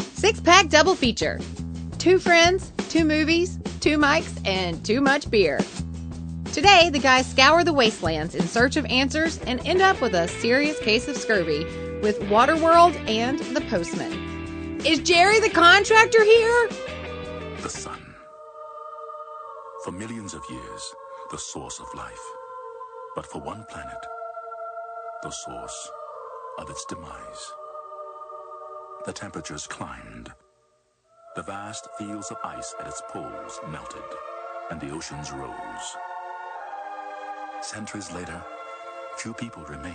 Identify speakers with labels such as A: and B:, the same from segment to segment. A: six pack double feature two friends, two movies, two mics, and too much beer. Today, the guys scour the wastelands in search of answers and end up with a serious case of scurvy with Waterworld and the Postman. Is Jerry the contractor here?
B: The sun. For millions of years, the source of life. But for one planet, the source of its demise. The temperatures climbed. The vast fields of ice at its poles melted, and the oceans rose. Centuries later, few people remain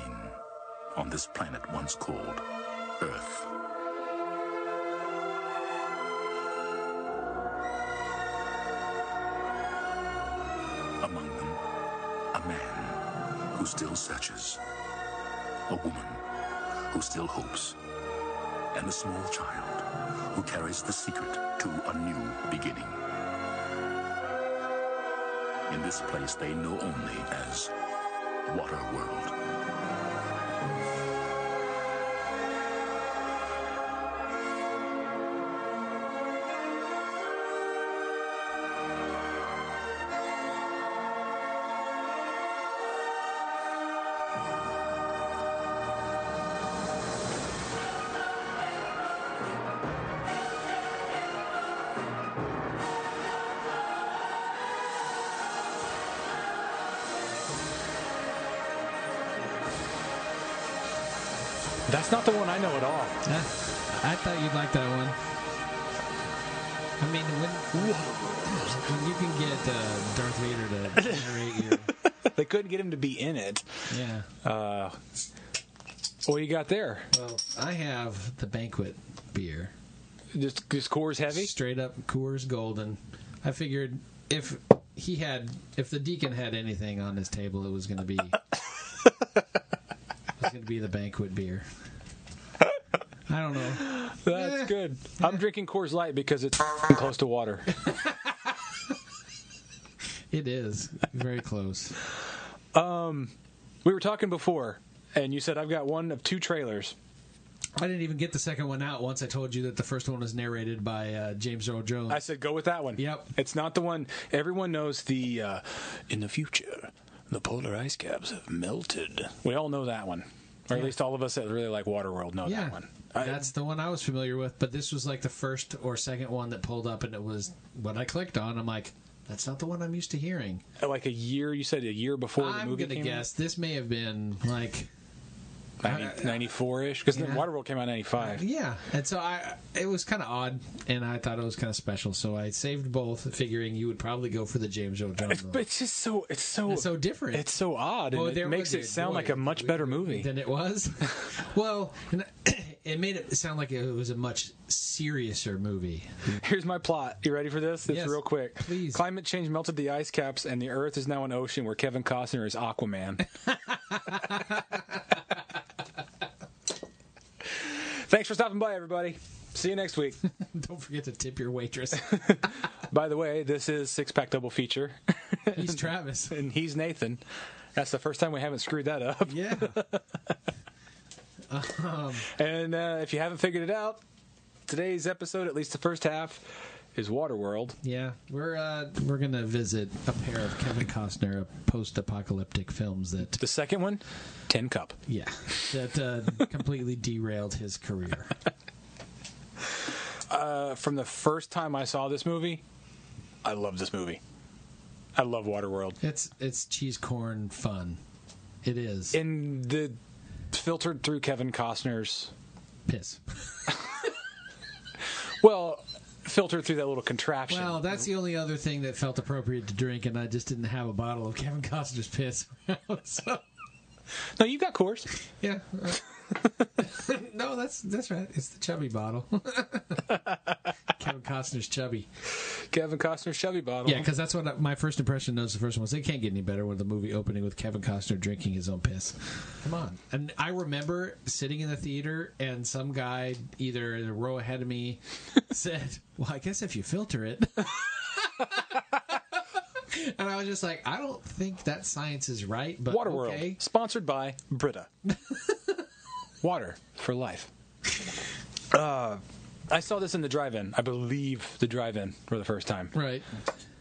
B: on this planet once called Earth. Among them, a man who still searches, a woman who still hopes, and a small child who carries the secret to a new beginning. In this place they know only as Water World.
C: That's not the one I know at all.
D: Uh, I thought you'd like that one. I mean, when, when you can get uh, Darth Vader to narrate your.
C: They couldn't get him to be in it.
D: Yeah.
C: Uh, what do you got there?
D: Well, I have the banquet beer.
C: Just, just Coors Heavy?
D: Straight up Coors Golden. I figured if he had, if the deacon had anything on his table, it was going to be. it was going to be the banquet beer. I don't know.
C: That's
D: Yeah.
C: good. I'm drinking Coors Light because it's close to water.
D: It is very close.
C: We were talking before, and you said I've got one of two trailers.
D: I didn't even get the second one out once I told you that the first one was narrated by uh, James Earl Jones.
C: I said, go with that one.
D: Yep.
C: It's not the one everyone knows. The uh, in the future, the polar ice caps have melted. We all know that one, or at least all of us that really like Waterworld know
D: yeah,
C: that one. I-
D: that's the one I was familiar with, but this was like the first or second one that pulled up, and it was when I clicked on. I'm like, that's not the one I'm used to hearing.
C: like a year. You said a year before the
D: I'm
C: movie
D: gonna
C: came
D: guess this may have been like,
C: out, ninety four ish, because
D: Yeah.
C: Waterworld came out ninety five.
D: yeah, and so I it was kind of odd, and I thought it was kind of special, so I saved both, figuring you would probably go for the James Earl Jones.
C: It's, but it's just so it's so
D: It's so different.
C: It's so odd, and
D: Oh,
C: it
D: there
C: makes
D: was
C: it
D: a
C: sound
D: boy.
C: like a much better movie.
D: than it was. well, and it made it sound like it was a much seriouser movie.
C: Here's my plot. You ready for this? It's
D: Yes,
C: real quick.
D: please.
C: Climate change melted the ice caps, and the Earth is now an ocean where Kevin Costner is Aquaman. Thanks for stopping by, everybody. See you next week.
D: Don't forget to tip your waitress.
C: by the way, this is Six Pack Double Feature,
D: He's Travis.
C: and he's Nathan. That's the first time we haven't screwed that up.
D: Yeah.
C: And uh, if you haven't figured it out, today's episode, at least the first half, is Waterworld.
D: Yeah, we're uh, we're gonna visit a pair of Kevin Costner post-apocalyptic films that
C: The second one, Tin Cup.
D: yeah that uh, completely derailed his career.
C: Uh, from the first time I saw this movie, I love this movie. I love Waterworld.
D: It's it's cheese corn fun. It is
C: And the filtered through Kevin Costner's
D: piss.
C: well, filtered through that little contraption.
D: Well, that's the only other thing that felt appropriate to drink, and I just didn't have a bottle of Kevin Costner's piss. so
C: no, you got Coors.
D: yeah. uh, no, that's that's right. It's the chubby bottle. Kevin Costner's chubby.
C: Kevin Costner's Chevy bottle.
D: Yeah, because that's what I- my first impression was. The first one was they can't get any better with the movie opening with Kevin Costner drinking his own piss. Come on, and I remember sitting in the theater and some guy either in the row ahead of me said, "Well, I guess if you filter it." And I was just like, I don't think that science is right, but
C: Waterworld,
D: okay.
C: sponsored by Brita. Water for life. Uh, I saw this in the drive-in. I believe the drive-in for the first time.
D: Right.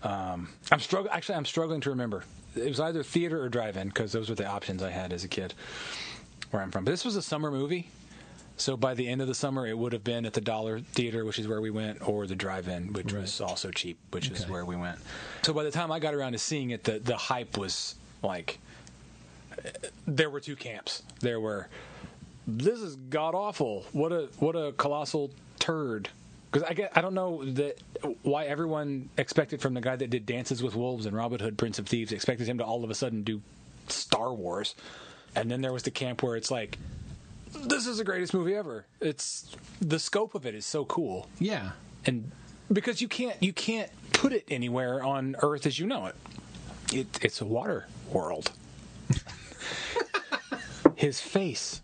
C: Um, I'm strugg- Actually, I'm struggling to remember. It was either theater or drive-in because those were the options I had as a kid, where I'm from. But this was a summer movie, so by the end of the summer, it would have been at the Dollar Theater, which is where we went, or the drive-in, which was
D: Right.
C: also cheap, which is
D: Okay.
C: where we went. So by the time I got around to seeing it, the the hype was like there were two camps. There were this is god awful. What a what a colossal turd. Because I get I don't know that why everyone expected from the guy that did Dances with Wolves and Robin Hood Prince of Thieves expected him to all of a sudden do Star Wars, and then there was the camp where it's like. This is the greatest movie ever. It's the scope of it is so cool
D: Yeah.
C: and because you can't you can't put it anywhere on earth as you know it, it it's a water world his face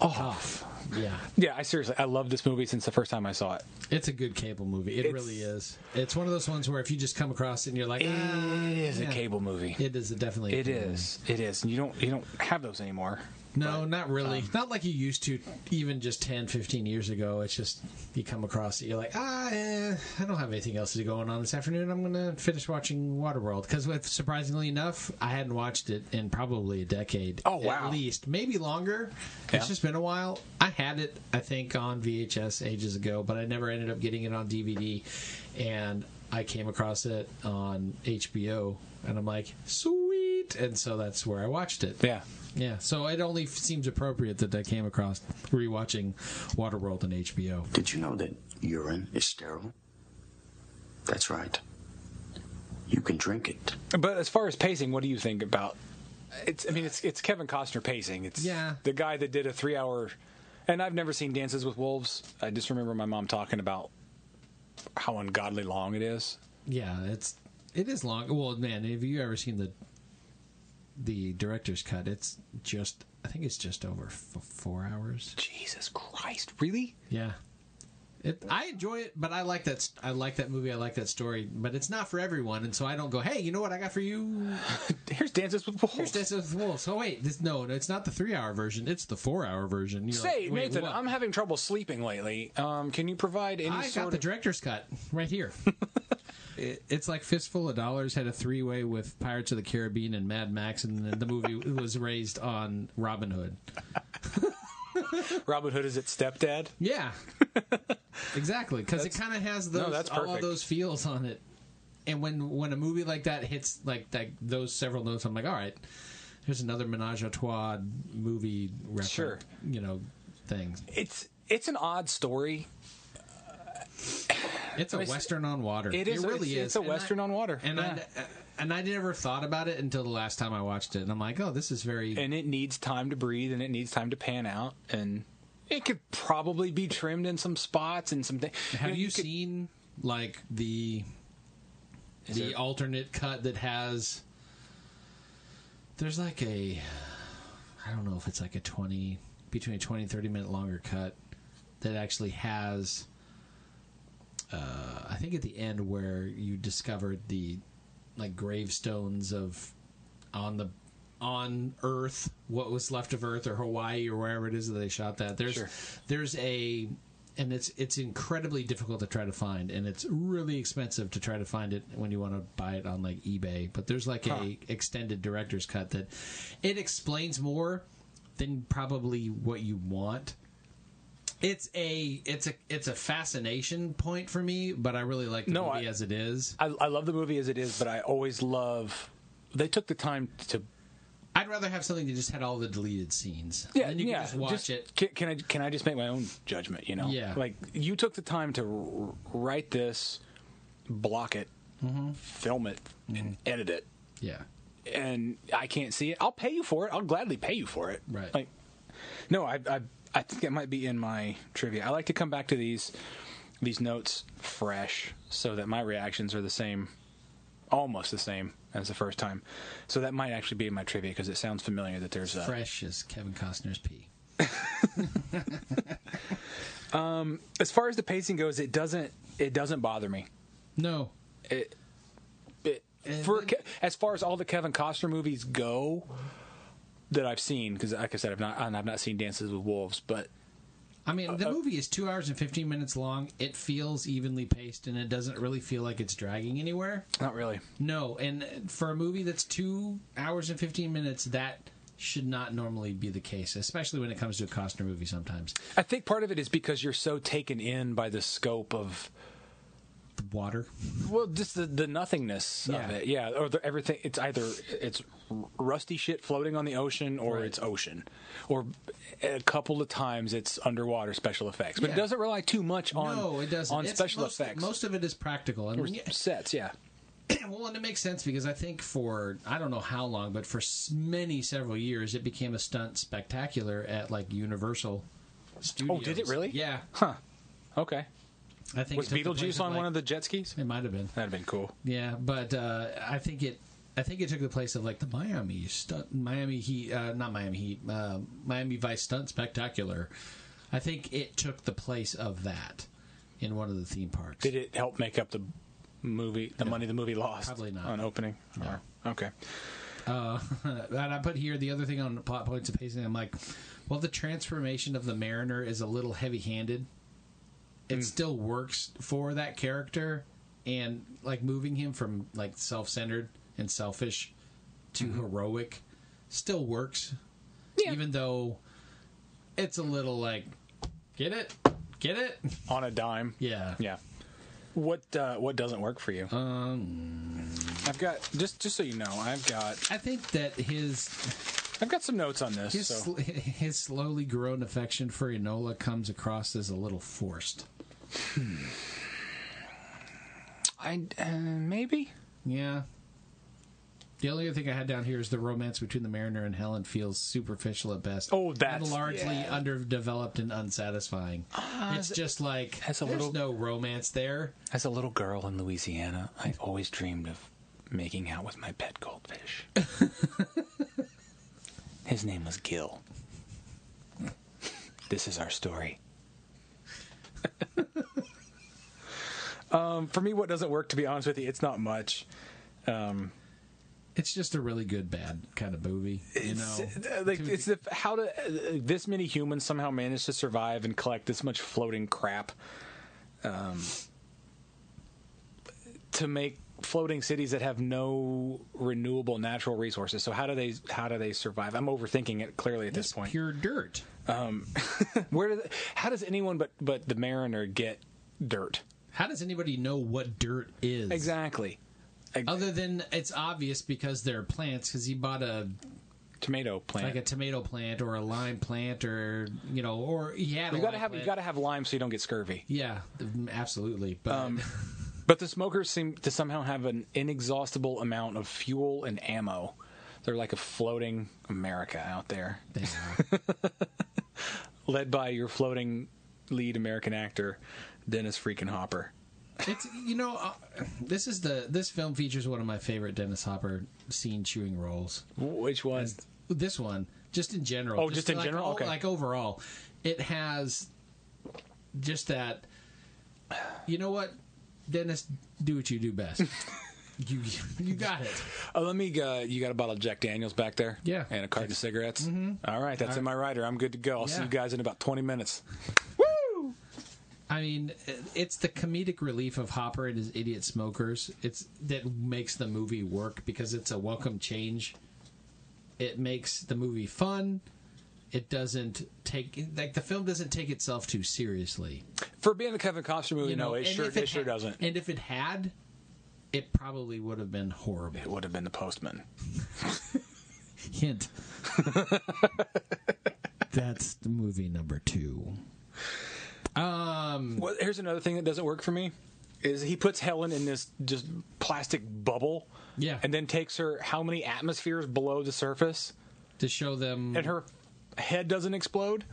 D: Oh.
C: off
D: Yeah.
C: yeah i seriously i love this movie since the first time i saw it
D: It's a good cable movie. It
C: It's-
D: really is. It's one of those ones where if you just come across it and you're like,
C: it
D: ah,
C: is
D: yeah.
C: a cable movie
D: it is definitely. a
C: it
D: cable movie.
C: is it is and you don't you don't have those anymore
D: No, not really.
C: um,
D: not like you used to, even just 10, 15 years ago. It's just you come across it, you're like, ah, eh, I don't have anything else to go on this afternoon. I'm going to finish watching Waterworld. Because surprisingly enough, I hadn't watched it in probably a decade.
C: Oh, wow.
D: At least, maybe longer.
C: Yeah.
D: It's just been a while. I had it, I think, on VHS ages ago, but I never ended up getting it on DVD. And I came across it on HBO, and I'm like, sweet. And so that's where I watched it.
C: yeah
D: Yeah, so it only f- seems appropriate that I came across rewatching Waterworld on HBO.
E: Did you know that urine is sterile? That's right. You can drink it.
C: but as far as pacing what do you think about it's i mean it's it's kevin costner pacing it's
D: Yeah.
C: the guy that did a three hour and i've never seen dances with wolves i just remember my mom talking about how ungodly long it is
D: Yeah, it's it is long. Well, man, have you ever seen the the director's cut? It's just I think it's just over f- four hours.
C: jesus christ really
D: Yeah, it, I enjoy it, but I like that st- I like that movie. I like that story, but it's not for everyone, and so I don't go, hey, you know what I got for you?
C: here's dances with wolves
D: Here's Dances with Wolves. So wait, this no, no, it's not the three hour version. It's the four hour version. You're
C: say
D: like, wait,
C: nathan
D: what?
C: i'm having trouble sleeping lately um can you provide any
D: I got
C: sort
D: the
C: of
D: director's cut right here. It- It's like Fistful of Dollars had a three way with Pirates of the Caribbean and Mad Max, and then the movie was raised on Robin Hood.
C: robin hood is it stepdad
D: Yeah, exactly, because it kind of has those
C: that's
D: all of
C: perfect.
D: those feels on it. And when when a movie like that hits like like those several notes, I'm like, all right, here's another menage a trois movie reference,
C: Sure.
D: you know, thing.
C: it's it's an odd story
D: It's a
C: It's-
D: western on water.
C: it is-
D: It
C: it's-
D: really is.
C: it's a
D: And
C: western
D: I-
C: on water.
D: And I uh,
C: Yeah.
D: and I never thought about it until the last time I watched it, and I'm like, oh, this is very.
C: and it needs time to breathe and it needs time to pan out and it could probably be trimmed in some spots and some things.
D: have you, seen like the the
C: there-
D: alternate cut that has? There's like a, I don't know if it's like a twenty between a 20 and 30 minute longer cut that actually has. Uh, I think at the end where you discovered the like gravestones of on the on Earth, what was left of Earth or Hawaii or wherever it is that they shot that. There's
C: Sure.
D: there's a and it's it's incredibly difficult to try to find and it's really expensive to try to find it when you want to buy it on like eBay. But there's like a extended director's cut that it explains more than probably what you want it's a it's a it's a fascination point for me, but I really like the
C: No,
D: movie
C: I-
D: as it is.
C: I, I love the movie as it is, but I always love. They took the time to.
D: I'd rather have something that just had all the deleted scenes. and you can just watch it.
C: Can, can I can I just make my own judgment? You know,
D: Yeah.
C: Like you took the time to r- r- write this, block it,
D: Mm-hmm.
C: film it, and edit it,
D: Yeah,
C: and I can't see it. I'll pay you for it. I'll gladly pay you for it.
D: Right.
C: Like, no, I I, I think that might be in my trivia. I like to come back to these these notes fresh, so that my reactions are the same, almost the same as the first time. So that might actually be in my trivia because it sounds familiar. That there's a
D: fresh as Kevin Costner's pee.
C: as far as the pacing goes, it doesn't it doesn't bother me.
D: No, Uh,
C: It, for Ke- as far as all the Kevin Costner movies go that I've seen, because like I said, I've not and I've not seen Dances with Wolves, but
D: I mean, the movie is two hours and fifteen minutes long. It feels evenly paced, and it doesn't really feel like it's dragging anywhere.
C: Not really.
D: No, and for a movie that's two hours and fifteen minutes, that should not normally be the case, especially when it comes to a Costner movie. Sometimes
C: I think part of it is because you're so taken in by the scope of
D: the water.
C: Well, just the, the nothingness
D: Yeah.
C: of it, yeah, or the, everything. It's either it's rusty shit floating on the ocean, or
D: Right.
C: it's ocean, or a couple of times it's underwater special effects. But
D: Yeah.
C: it doesn't rely too much on
D: no, it doesn't.
C: on
D: It's
C: special
D: most,
C: effects.
D: Most of it is practical, and
C: Or
D: when you-
C: sets, yeah.
D: well, and it makes sense because I think for I don't know how long, but for s- many several years, it became a stunt spectacular at like Universal Studios.
C: Oh, did it really?
D: Yeah,
C: Huh. Okay.
D: I think
C: Was
D: it took the place
C: Beetlejuice on
D: like-
C: one of the jet skis?
D: It might have been.
C: That'd have been cool.
D: Yeah, but uh, I think it. I think it took the place of like the Miami stunt, Miami Heat, uh, not Miami Heat, uh, Miami Vice stunt spectacular. I think it took the place of that in one of the theme parks.
C: Did it help make up the movie, the money the movie lost?
D: Probably not.
C: On opening?
D: No.
C: Or- Okay.
D: that I put here the other thing on plot points and pacing. I'm like, well, the transformation of the Mariner is a little heavy-handed. It still works for that character, and like moving him from like self-centered and selfish to heroic still works, even though it's a little like, get it, get it,
C: On a dime?
D: yeah,
C: Yeah. What uh, what doesn't work for you? Um, I've got just just so you know, I've got
D: I think that his
C: I've got some notes on this.
D: his
C: so.
D: sl- his slowly grown affection for Enola comes across as a little forced.
C: I uh, maybe
D: Yeah. The only other thing I had down here is the romance between the Mariner and Helen feels superficial at best.
C: Oh,
D: and
C: that's-
D: largely
C: yeah. Ah,
D: underdeveloped and unsatisfying. it's just like
C: has a
D: there's
C: little-
D: no romance there.
C: as a little girl in Louisiana, I always dreamed of making out with my pet goldfish. His name was Gil. This is our story. um, for me, what doesn't work, to be honest with you, it's not much.
D: It's just a really good bad kind of movie. You know,
C: Uh, like it's the how do uh, this many humans somehow manage to survive and collect this much floating crap um, to make floating cities that have no renewable natural resources so how do they how do they survive i'm overthinking it clearly at this
D: it's
C: point
D: pure dirt.
C: where do they- how does anyone but but the mariner get dirt
D: How does anybody know what dirt is?
C: exactly
D: Other than it's obvious because they're plants. Because he bought a
C: tomato plant
D: like a tomato plant or a lime plant or you know or he had. a
C: you gotta
D: lime
C: have
D: plant.
C: you gotta have lime so you don't get scurvy
D: Yeah, absolutely. But
C: Um, But the smokers seem to somehow have an inexhaustible amount of fuel and ammo. They're like a floating America out there,
D: they are.
C: led by your floating lead American actor, Dennis freaking Hopper.
D: it's you know, uh, this is the this film features one of my favorite Dennis Hopper scene chewing roles.
C: Which one?
D: This one, just in general.
C: Oh, just in
D: like,
C: general?
D: o-
C: Okay.
D: Like overall, it has just that. You know what, Dennis? Do what you do best. you you got it.
C: Oh, let me. Uh, you got a bottle of Jack Daniels back there?
D: Yeah.
C: And a carton of cigarettes? Mm-hmm. right, that's in my rider. I'm good to go. I'll see
D: Yeah.
C: you guys in about 20 minutes.
D: I mean, it's the comedic relief of Hopper and his idiot smokers. It's that makes the movie work because it's a welcome change. It makes the movie fun. It doesn't take like the film doesn't take itself too seriously.
C: For being a Kevin Costner movie,
D: You know,
C: no, it
D: and
C: sure,
D: if
C: it, sure
D: had-
C: doesn't.
D: And if it had, it probably would have been horrible.
C: It would have been the postman.
D: Hint. That's the movie number two. Um.
C: Well, here's another thing that doesn't work for me is he puts Helen in this just plastic bubble.
D: Yeah.
C: And then takes her how many atmospheres below the surface
D: To show them,
C: and her head doesn't explode?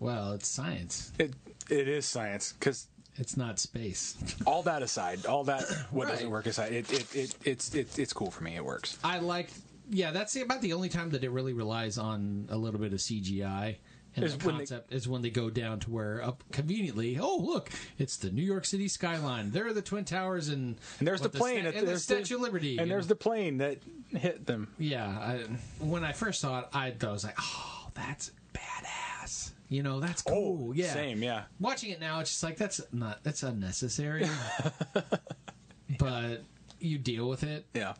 D: well, it's science.
C: It it is science cuz
D: It's not space.
C: all that aside, all that what doesn't
D: Right.
C: work aside, it, it, it it's it's it's cool for me. It works.
D: I liked. Yeah, that's the, about the only time that it really relies on a little bit of CGI. And
C: Is
D: the
C: when they-
D: concept is when they go down to where up conveniently. Oh, look! It's the New York City skyline. There are the Twin Towers, and
C: And there's
D: what,
C: the plane
D: sta-
C: at-
D: and the
C: there's the-
D: Statue of Liberty,
C: And there's the plane that hit them.
D: yeah. I, when I first saw it, I, I was like, "Oh, that's badass." You know, that's
C: Oh,
D: cool. yeah.
C: same, yeah.
D: Watching it now, it's just like that's not that's unnecessary. But you deal with it.
C: Yeah.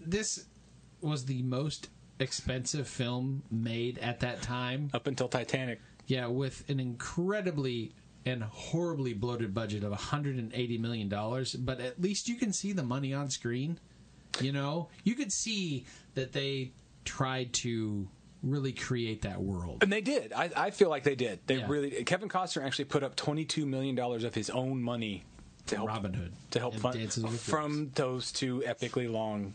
D: This was the most expensive film made at that time.
C: Up until Titanic.
D: Yeah, with an incredibly and horribly bloated budget of 180 million dollars, but at least you can see the money on screen. You know, you could see that they tried to really create that world.
C: And they did. I, I feel like they did. They
D: Yeah.
C: really. Kevin Costner actually put up twenty two million dollars of his own money to help
D: Robin Hood
C: to help
D: and
C: fund
D: Dances with
C: from those two epically long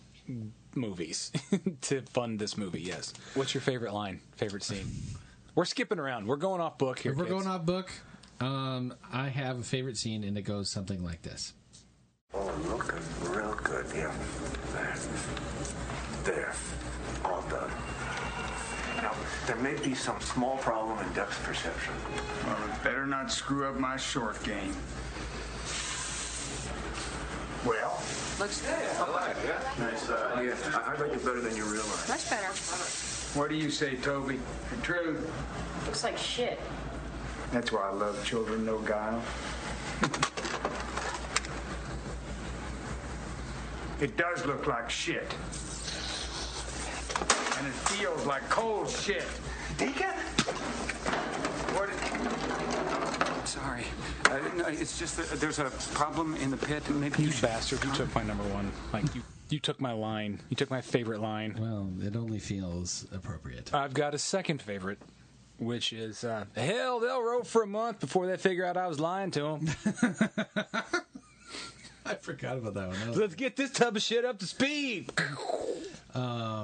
C: movies to fund this movie. Yes. What's your favorite line? Favorite scene? We're skipping around. We're going off book here.
D: If we're
C: kids.
D: going off book, um, I have a favorite scene, and it goes something like this.
F: Oh, looking real good, yeah. There. There. All done. Now, there may be some small problem in depth perception.
G: Well, it better not screw up my short game.
F: Well,
H: Looks good.
F: nice. Uh, yeah, I, I like it better than you realize.
H: Much better.
G: What do you say, Toby? The truth.
H: Looks like shit.
G: That's why I love children, no guile. it does look like shit. And it feels like cold shit.
F: Deacon?
G: What is,
I: Sorry. Uh, no, it's just that there's a problem in the pit. Maybe
C: You
I: you should.
C: bastard! You took my number one. Like you, you took my line. You took my favorite line.
D: Well, it only feels appropriate.
C: I've got a second favorite, which is uh, hell. They'll row for a month before they figure out I was lying to them.
D: I forgot about that one. That was-
C: Let's get this tub of shit up to speed.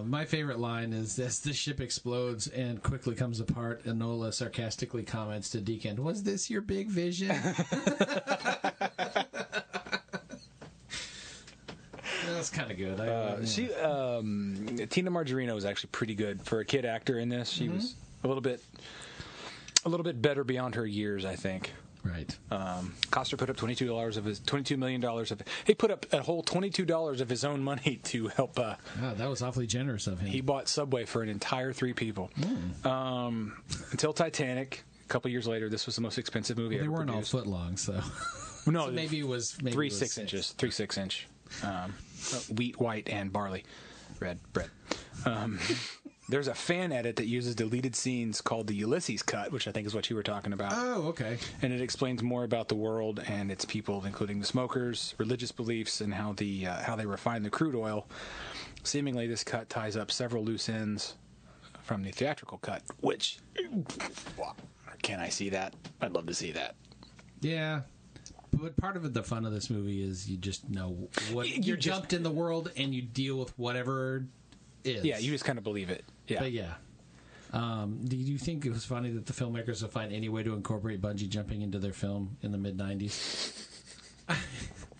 D: My favorite line is this: "The ship explodes and quickly comes apart." Enola sarcastically comments to Deacon, "Was this your big vision?" That's kind of good. I, yeah.
C: She, um, Tina Margarino was actually pretty good for a kid actor in this.
D: Mm-hmm.
C: She was a little bit, a little bit better beyond her years, I think.
D: right.
C: Um, Costner put up twenty two dollars of his twenty two million dollars of he put up a whole twenty two dollars of his own money to help. Uh,
D: Wow, that was awfully generous of him.
C: he bought Subway for an entire three people.
D: Mm.
C: Um, until Titanic, a couple years later, this was the most expensive movie
D: they
C: ever
D: weren't
C: produced.
D: all foot long, so,
C: No,
D: so maybe it was maybe
C: three
D: it was
C: six inches, three six inch, um, wheat, white, and barley, red bread. Um, there's a fan edit that uses deleted scenes called the Ulysses cut, which I think is what you were talking about,
D: Oh, okay.
C: and it explains more about the world and its people, including the smokers, religious beliefs, and how the uh, how they refine the crude oil. Seemingly, this cut ties up several loose ends from the theatrical cut, which. Can I see that? I'd love to see that.
D: Yeah. But part of it, the fun of this movie is you just know what
C: You
D: you're
C: just-
D: jumped in the world and you deal with whatever is.
C: Yeah, you just kind of believe it. Yeah.
D: But yeah. Um, do you think it was funny that the filmmakers would find any way to incorporate bungee jumping into their film in the mid '90s?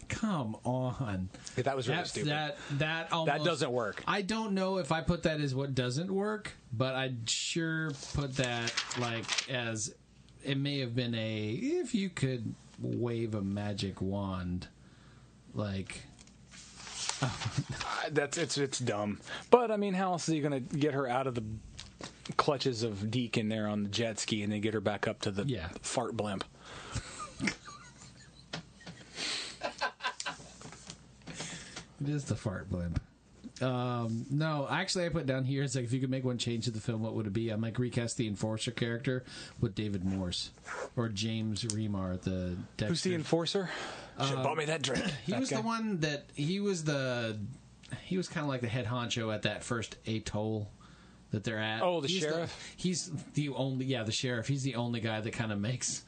D: Come on,
C: Yeah, that was really
D: That's-
C: stupid.
D: that that almost,
C: doesn't work.
D: I don't know if I put that as what doesn't work, but I'd sure put that like as it may have been a if you could wave a magic wand, like
C: That's it's it's dumb. But I mean, how else are you gonna get her out of the clutches of Deacon there on the jet ski and then get her back up to the
D: Yeah.
C: fart blimp?
D: It is the fart blimp. Um, no, actually, I put down here is like if you could make one change to the film, what would it be? I'm like recast the enforcer character with David Morse or James Remar, the Dexter.
C: Who's the enforcer? Should have bought me that drink.
D: he was the one that he was the he was kind of like the head honcho at that first atoll that they're at.
C: Oh, the
D: He's
C: sheriff?
D: he's the only yeah, the sheriff. He's the only guy that kind of makes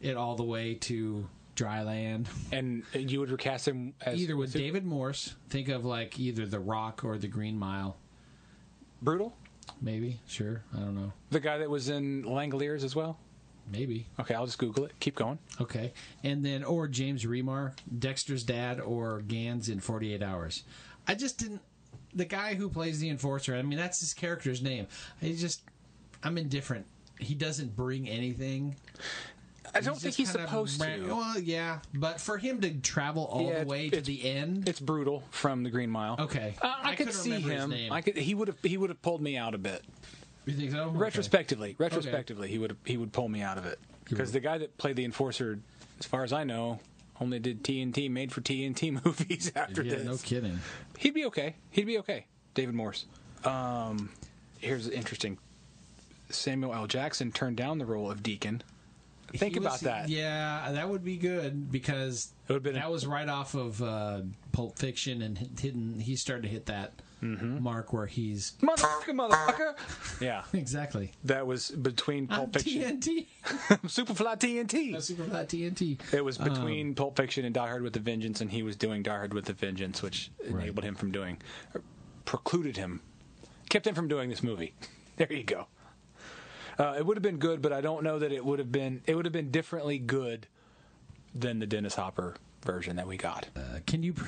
D: it all the way to dry land.
C: And you would recast him as
D: Either with David Morse, think of like either The Rock or The Green Mile.
C: brutal,
D: Maybe, sure. I don't know.
C: the guy that was in Langoliers as well.
D: Maybe.
C: Okay, I'll just Google it. Keep going.
D: Okay. And then, or James Remar, Dexter's dad, or Gans in 48 Hours. I just didn't. The guy who plays the enforcer, I mean, that's his character's name. I just. I'm indifferent. He doesn't bring anything.
C: I don't think
D: just
C: he's
D: kind of
C: supposed
D: ran-
C: to.
D: Well, yeah. But for him to travel all
C: Yeah,
D: the way to
C: it's-
D: the end.
C: It's brutal from the Green Mile.
D: Okay.
C: Uh, I,
D: I
C: could
D: couldn't
C: see
D: remember his
C: him.
D: name.
C: I could. He would have. He would have pulled me out a bit.
D: You think so?
C: Retrospectively, retrospectively, he would he would pull me out of it because
D: Mhm.
C: the guy that played the enforcer, as far as I know, only did TNT made for TNT movies after
D: Okay. Yeah,
C: this.
D: no kidding.
C: He'd be okay. He'd be okay. David Morse. Um, here's interesting. Samuel L. Jackson turned down the role of Deacon. Think
D: He was-
C: about that.
D: Yeah, that would be good because
C: It would've been
D: that
C: a-
D: was right off of uh, Pulp Fiction and hit- hidden. He started to hit that
C: Mm-hmm.
D: mark where he's
C: Motherfucker, motherfucker. Yeah,
D: exactly
C: that was between
D: on
C: Pulp Fiction,
D: TNT,
C: Superfly TNT.
D: Superfly TNT.
C: It was between Pulp Fiction and Die Hard with a Vengeance, and he was doing Die Hard with a Vengeance, which enabled him from doing, or precluded him, kept him from doing this movie. There you go. Uh, it would have been good, but I don't know that it would have been. It would have been differently good than the Dennis Hopper version that we got.
D: Uh, can you pr-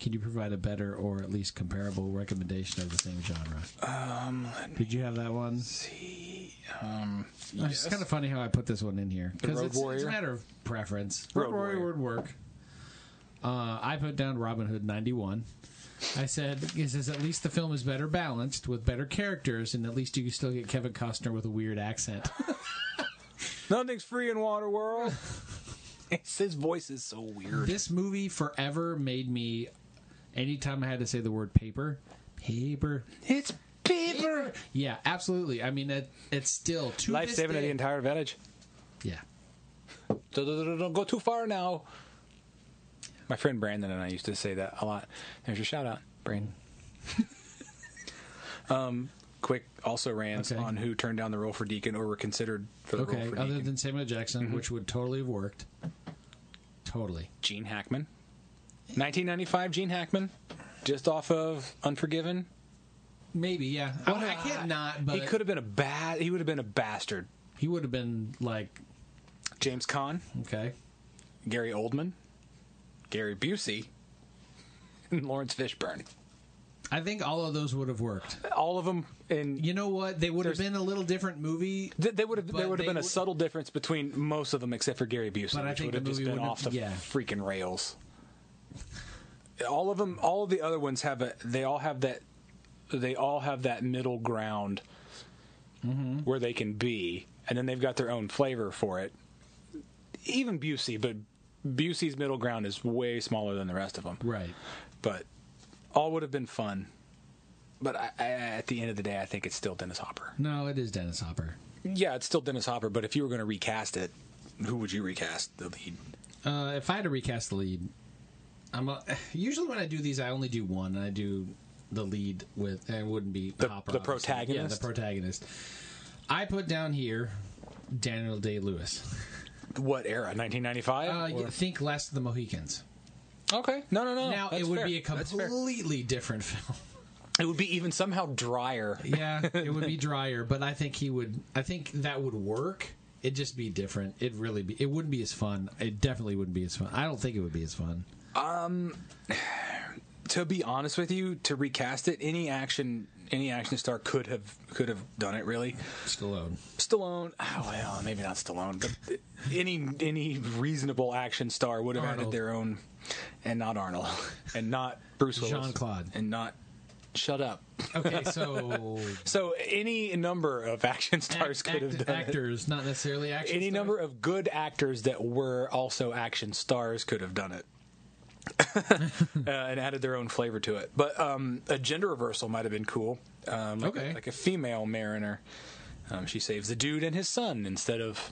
D: can you provide a better or at least comparable recommendation of the same genre? Um, did you have that one?
C: Um,
D: It's kind of funny how I put this one in here because
C: Road
D: it's, it's
C: Warrior?
D: a matter of preference.
C: Road
D: Road, Warrior
C: Warrior.
D: would work. Uh, I put down Robin Hood '91. I said, "This is at least the film is better balanced with better characters, and at least you can still get Kevin Costner with a weird accent."
C: nothing's free in Waterworld. It's, his voice is so weird.
D: this movie forever made me. Anytime I had to say the word paper, paper,
C: It's paper.
D: yeah, absolutely. I mean, it, it's still too
C: Life saving at the entire village.
D: Yeah.
C: Don't don't go too far now. My friend Brandon and I used to say that a lot. There's your shout out, Brandon. um, quick also rants
D: Okay.
C: on who turned down the role for Deacon or were considered for the role
D: Okay.
C: for Mm-hmm.
D: Other
C: Deacon.
D: than Samuel Jackson, which would totally have worked. Totally.
C: Gene Hackman, 1995. Gene Hackman, just off of Unforgiven.
D: Maybe, yeah.
C: What
D: I, I
C: a-
D: can't not, but
C: he could have been a bad. He would have been a bastard.
D: He would have been like,
C: James Caan,
D: okay,
C: Gary Oldman, Gary Busey, and Lawrence Fishburne.
D: I think all of those would have worked.
C: All of them in
D: You know what? They would have
C: There's-
D: been a little different movie,
C: Th- There would have
D: But
C: there would have
D: they
C: been a
D: would-
C: subtle difference between most of them, except for Gary Busey,
D: But I
C: which
D: think
C: would have
D: the
C: just
D: movie
C: been
D: would
C: off the
D: have- yeah.
C: freaking rails. All of them, all of the other ones have a. They all have that. They all have that middle ground
D: Mm-hmm.
C: where they can be, and then they've got their own flavor for it. Even Busey, but Busey's middle ground is way smaller than the rest of them
D: right?
C: but all would have been fun. But I, I, at the end of the day, I think it's still Dennis Hopper.
D: No, it is Dennis Hopper.
C: Yeah, it's still Dennis Hopper. But if you were going to recast it, who would you recast the lead?
D: Uh, if I had to recast the lead, I'm a, usually when I do these, I only do one. And I do the lead with, and it wouldn't be
C: The-
D: Hopper,
C: the
D: obviously. Yeah, the
C: protagonist?
D: protagonist. I put down here Daniel Day Lewis.
C: What era? 1995.
D: Uh, y- think less of the Mohicans.
C: okay, no, no, no.
D: now
C: That's
D: it would
C: fair.
D: be a
C: That's fair.
D: completely different film.
C: It would be even somehow drier.
D: Yeah, it would be drier, but I think he would. I think that would work. It'd just be different. It really be. It wouldn't be as fun. It definitely wouldn't be as fun. I don't think it would be as fun.
C: To be honest with you, to recast it, any action, any action star could have could have done it. Really,
D: Stallone.
C: Stallone. Oh, well, maybe not Stallone, but any any reasonable action star would have added
D: Arnold.
C: their own, and not Arnold, and not Bruce Willis,
D: Jean-Claude.
C: and not. Shut up.
D: Okay, so
C: So any number of action stars
D: act-
C: could have
D: act-
C: done it.
D: actors, not necessarily actors.
C: Any number of good actors that were also action stars could have done it. uh, and added their own flavor to it, but um, a gender reversal might have been cool. Um, like,
D: Okay.
C: like a female mariner, um, she saves the dude and his son instead of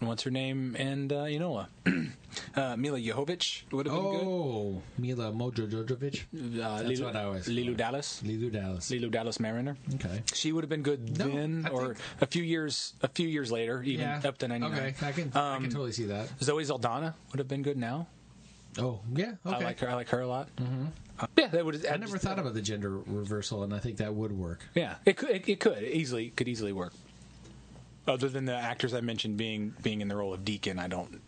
C: what's her name and uh, Enola. uh, Mila Jovovich would have been
D: Oh, Mila Mojojojovic,
C: good. Uh,
D: that's what I always-
C: Lilu Dallas,
D: Lilu Dallas.
C: Lilu Dallas Mariner.
D: Okay.
C: She would have been good
D: No,
C: then,
D: I
C: or
D: think-
C: a few years, a few years later, even
D: Yeah.
C: up to Um, ninety nine.
D: Okay, I can, I can totally see that.
C: Zoe Saldana would have been good now.
D: Oh, yeah. Okay.
C: I like her. I like her a lot. Mm-hmm. yeah, that would.
D: I never thought about the gender reversal, and I think that would work.
C: Yeah, it could. It, it could easily could easily work. Other than the actors I mentioned being being in the role of Deacon, I don't.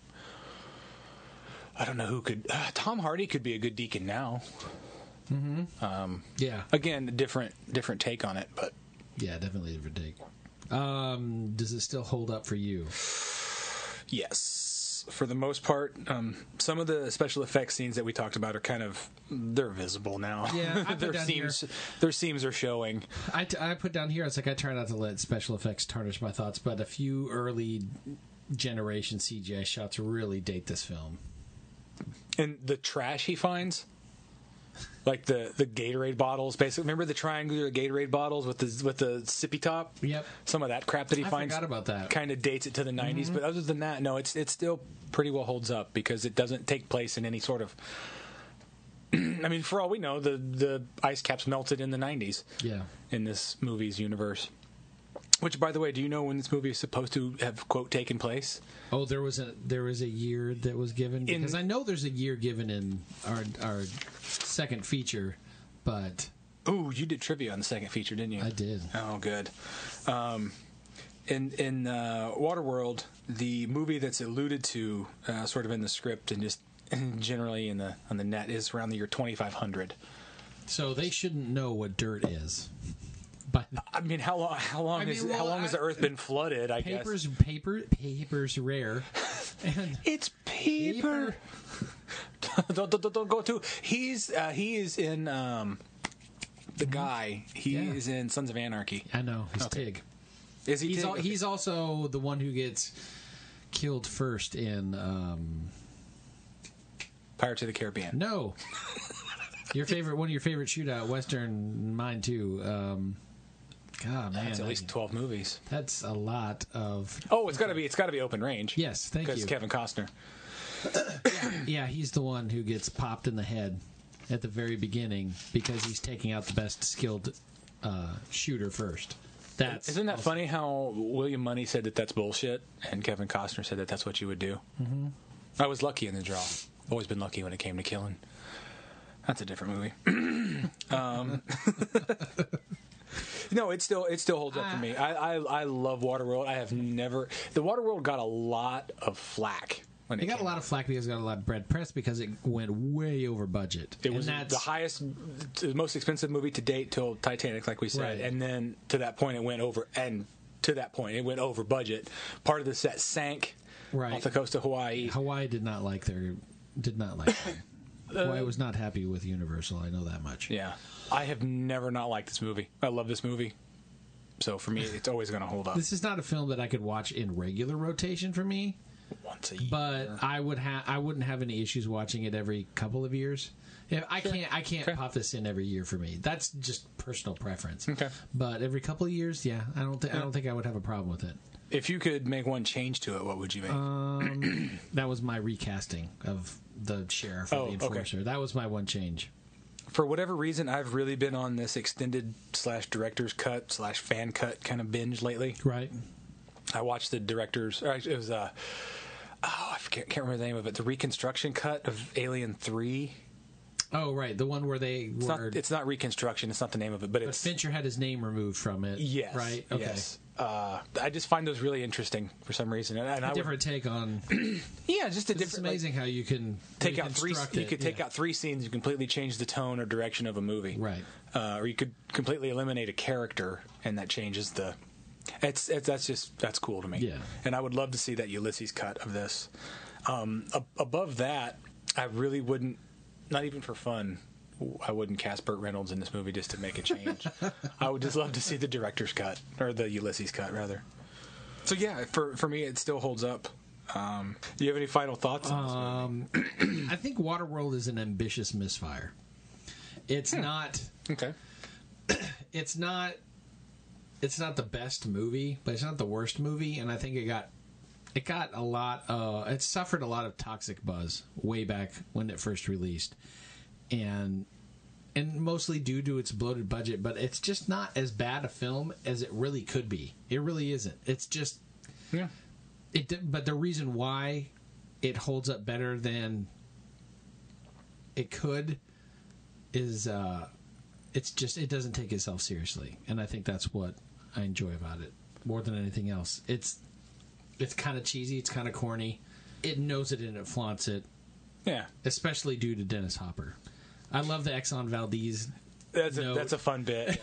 C: I don't know who could. Uh, Tom Hardy could be a good Deacon now.
D: Yeah.
C: Again, a different different take on it, but
D: Yeah, definitely for Dig. Um, does it still hold up for you?
C: yes. visuals for the most part. Um, some of the special effects scenes that we talked about are kind of they're visible now.
D: Yeah, I put
C: their
D: down
C: seams
D: here.
C: their seams are showing.
D: I, t- I put down here. It's like I try not to let special effects tarnish my thoughts, but a few early generation CGI shots really date this film.
C: and the trash he finds like the the Gatorade bottles basically remember the triangular Gatorade bottles with the with the sippy top
D: Yep.
C: some of that crap that he
D: I
C: finds
D: forgot about that. Mm-hmm.
C: kind of dates it to the 90s but other than that no it's it still pretty well holds up because it doesn't take place in any sort of I mean for all we know the the ice caps melted in the 90s
D: Yeah.
C: in this movie's universe which by the way do you know when this movie is supposed to have quote taken place
D: Oh, there was a there was a year that was given
C: In-
D: because I know there's a year given in our our second feature, but
C: Ooh, you did trivia on the second feature, didn't you?
D: I did.
C: Oh, good. Um, in in uh, Waterworld, the movie that's alluded to, uh, sort of in the script and just generally in the on the net, is around the year 2500.
D: so they shouldn't know what dirt is. But
C: I mean, how long how long
D: I
C: is
D: mean,
C: how
D: well,
C: long has
D: I-
C: the Earth been flooded? I
D: papers
C: guess
D: paper papers rare, and
C: it's paper. don't, don't, don't go to. He's uh, he is in um, the guy. He
D: Yeah.
C: is in Sons of Anarchy.
D: I know he's
C: Okay.
D: Tig.
C: Is he?
D: He's
C: Tig?
D: al- he's also the one who gets killed first in um,
C: Pirates of the Caribbean.
D: no. Your favorite one of your favorite shootout western, mine too. Um, God man,
C: That's
D: I-
C: at least 12 movies.
D: that's a lot of
C: Oh, it's got to be it's got to be open range.
D: Yes, thank
C: Because
D: you.
C: Kevin Costner.
D: Yeah, he's the one who gets popped in the head at the very beginning because he's taking out the best skilled uh, shooter first. That's
C: Isn't that funny how William Money said that that's bullshit and Kevin Costner said that that's what you would do? Mm-hmm. I was lucky in the draw. Always been lucky when it came to killing. That's a different movie. um, no, it still it still holds up for me. I, I I love Waterworld. I have never the Waterworld got a lot of flack when it,
D: It got a
C: came
D: lot of flack because it got a lot of bread press because it went way over budget.
C: It was
D: and that's,
C: the highest, the most expensive movie to date till Titanic, like we said,
D: Right.
C: and then to that point it went over, and to that point it went over budget. Part of the set sank
D: Right.
C: off the coast of Hawaii.
D: Hawaii did not like their did not like. them. Hawaii was not happy with Universal. I know that much.
C: Uh, Yeah, I have never not liked this movie. I love this movie, so for me it's always going to hold up.
D: This is not a film that I could watch in regular rotation for me,
C: Once a year,
D: but I would have I wouldn't have any issues watching it every couple of years. If I can't I can't pop this in every year for me. That's just personal preference.
C: Okay.
D: But every couple of years, yeah, I don't think I don't think I would have a problem with it.
C: if you could make one change to it, what would you make?
D: Uh, That was my recasting of the sheriff
C: Oh,
D: or the
C: okay.
D: enforcer. That was my one change.
C: for whatever reason, I've really been on this extended slash director's cut slash fan cut kind of binge lately.
D: Right.
C: I watched the director's. Or actually, it was uh, oh, I forget, can't remember the name of it. The reconstruction cut of Alien Three.
D: Oh, right. The one where they
C: It's
D: were
C: not. It's not reconstruction. It's not the name of it, but
D: but
C: it's
D: Fincher had his name removed from it.
C: yes,
D: Right. Okay.
C: yes. Uh, I just find those really interesting for some reason, and, and I
D: A
C: would-
D: different take on.
C: yeah, just a
D: It's
C: different. like,
D: amazing how you can
C: take out three.
D: reconstruct
C: You
D: it.
C: could take
D: Yeah.
C: out three scenes. You completely change the tone or direction of a movie.
D: Right.
C: Uh, or you could completely eliminate a character, and that changes the. It's, it's that's just that's cool to me.
D: Yeah.
C: And I would love to see that Ulysses cut of this. Um, ab- above that, I really wouldn't. Not even for fun. I wouldn't cast Burt Reynolds in this movie just to make a change. I would just love to see the director's cut or the Ulysses cut rather. So yeah, for for me, it still holds up. Um, do you have any final thoughts on this
D: Uh,
C: movie?
D: Um, I think Waterworld is an ambitious misfire. It's not.
C: Okay.
D: It's not. It's not the best movie, but it's not the worst movie, and I think it got. It got a lot. Uh, it suffered a lot of toxic buzz way back when it first released, and and mostly due to its bloated budget. But it's just not as bad a film as it really could be. It really isn't. It's just
C: Yeah.
D: it did- but the reason why it holds up better than it could is uh it's just it doesn't take itself seriously and i think that's what i enjoy about it more than anything else it's it's kind of cheesy it's kind of corny it knows it and it flaunts it
C: Yeah.
D: especially due to dennis hopper i love the exxon valdez
C: That's a,
D: No.
C: that's a fun bit.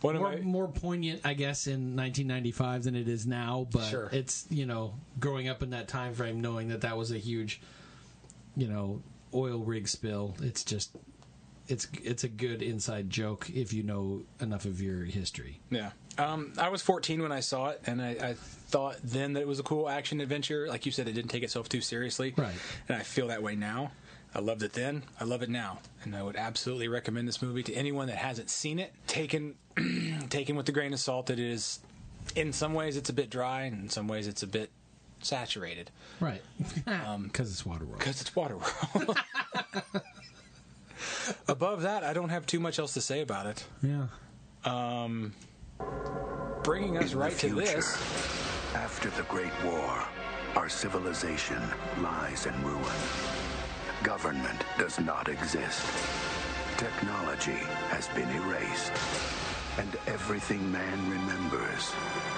C: One of
D: more,
C: my-
D: more poignant, I guess, in 1995 than it is now. But
C: Sure.
D: it's you know, growing up in that time frame, knowing that that was a huge, you know, oil rig spill. It's just, it's it's a good inside joke if you know enough of your history.
C: Yeah. Um, I was 14 when I saw it, and I, I thought then that it was a cool action adventure. Like you said, it didn't take itself too seriously.
D: Right.
C: And I feel that way now. I loved it then. I love it now. And I would absolutely recommend this movie to anyone that hasn't seen it. Taken, taken with the grain of salt, that it is. In some ways, it's a bit dry, and in some ways, it's a bit saturated
D: Right.
C: Um,
D: Because Um, it's Waterworld.
C: because it's Waterworld. Above that, I don't have too much else to say about it.
D: Yeah.
C: Bringing us
B: In the
C: right to
B: future,
C: this.
B: After the Great War, our civilization lies in ruin. Government does not exist. Technology has been erased. And everything man remembers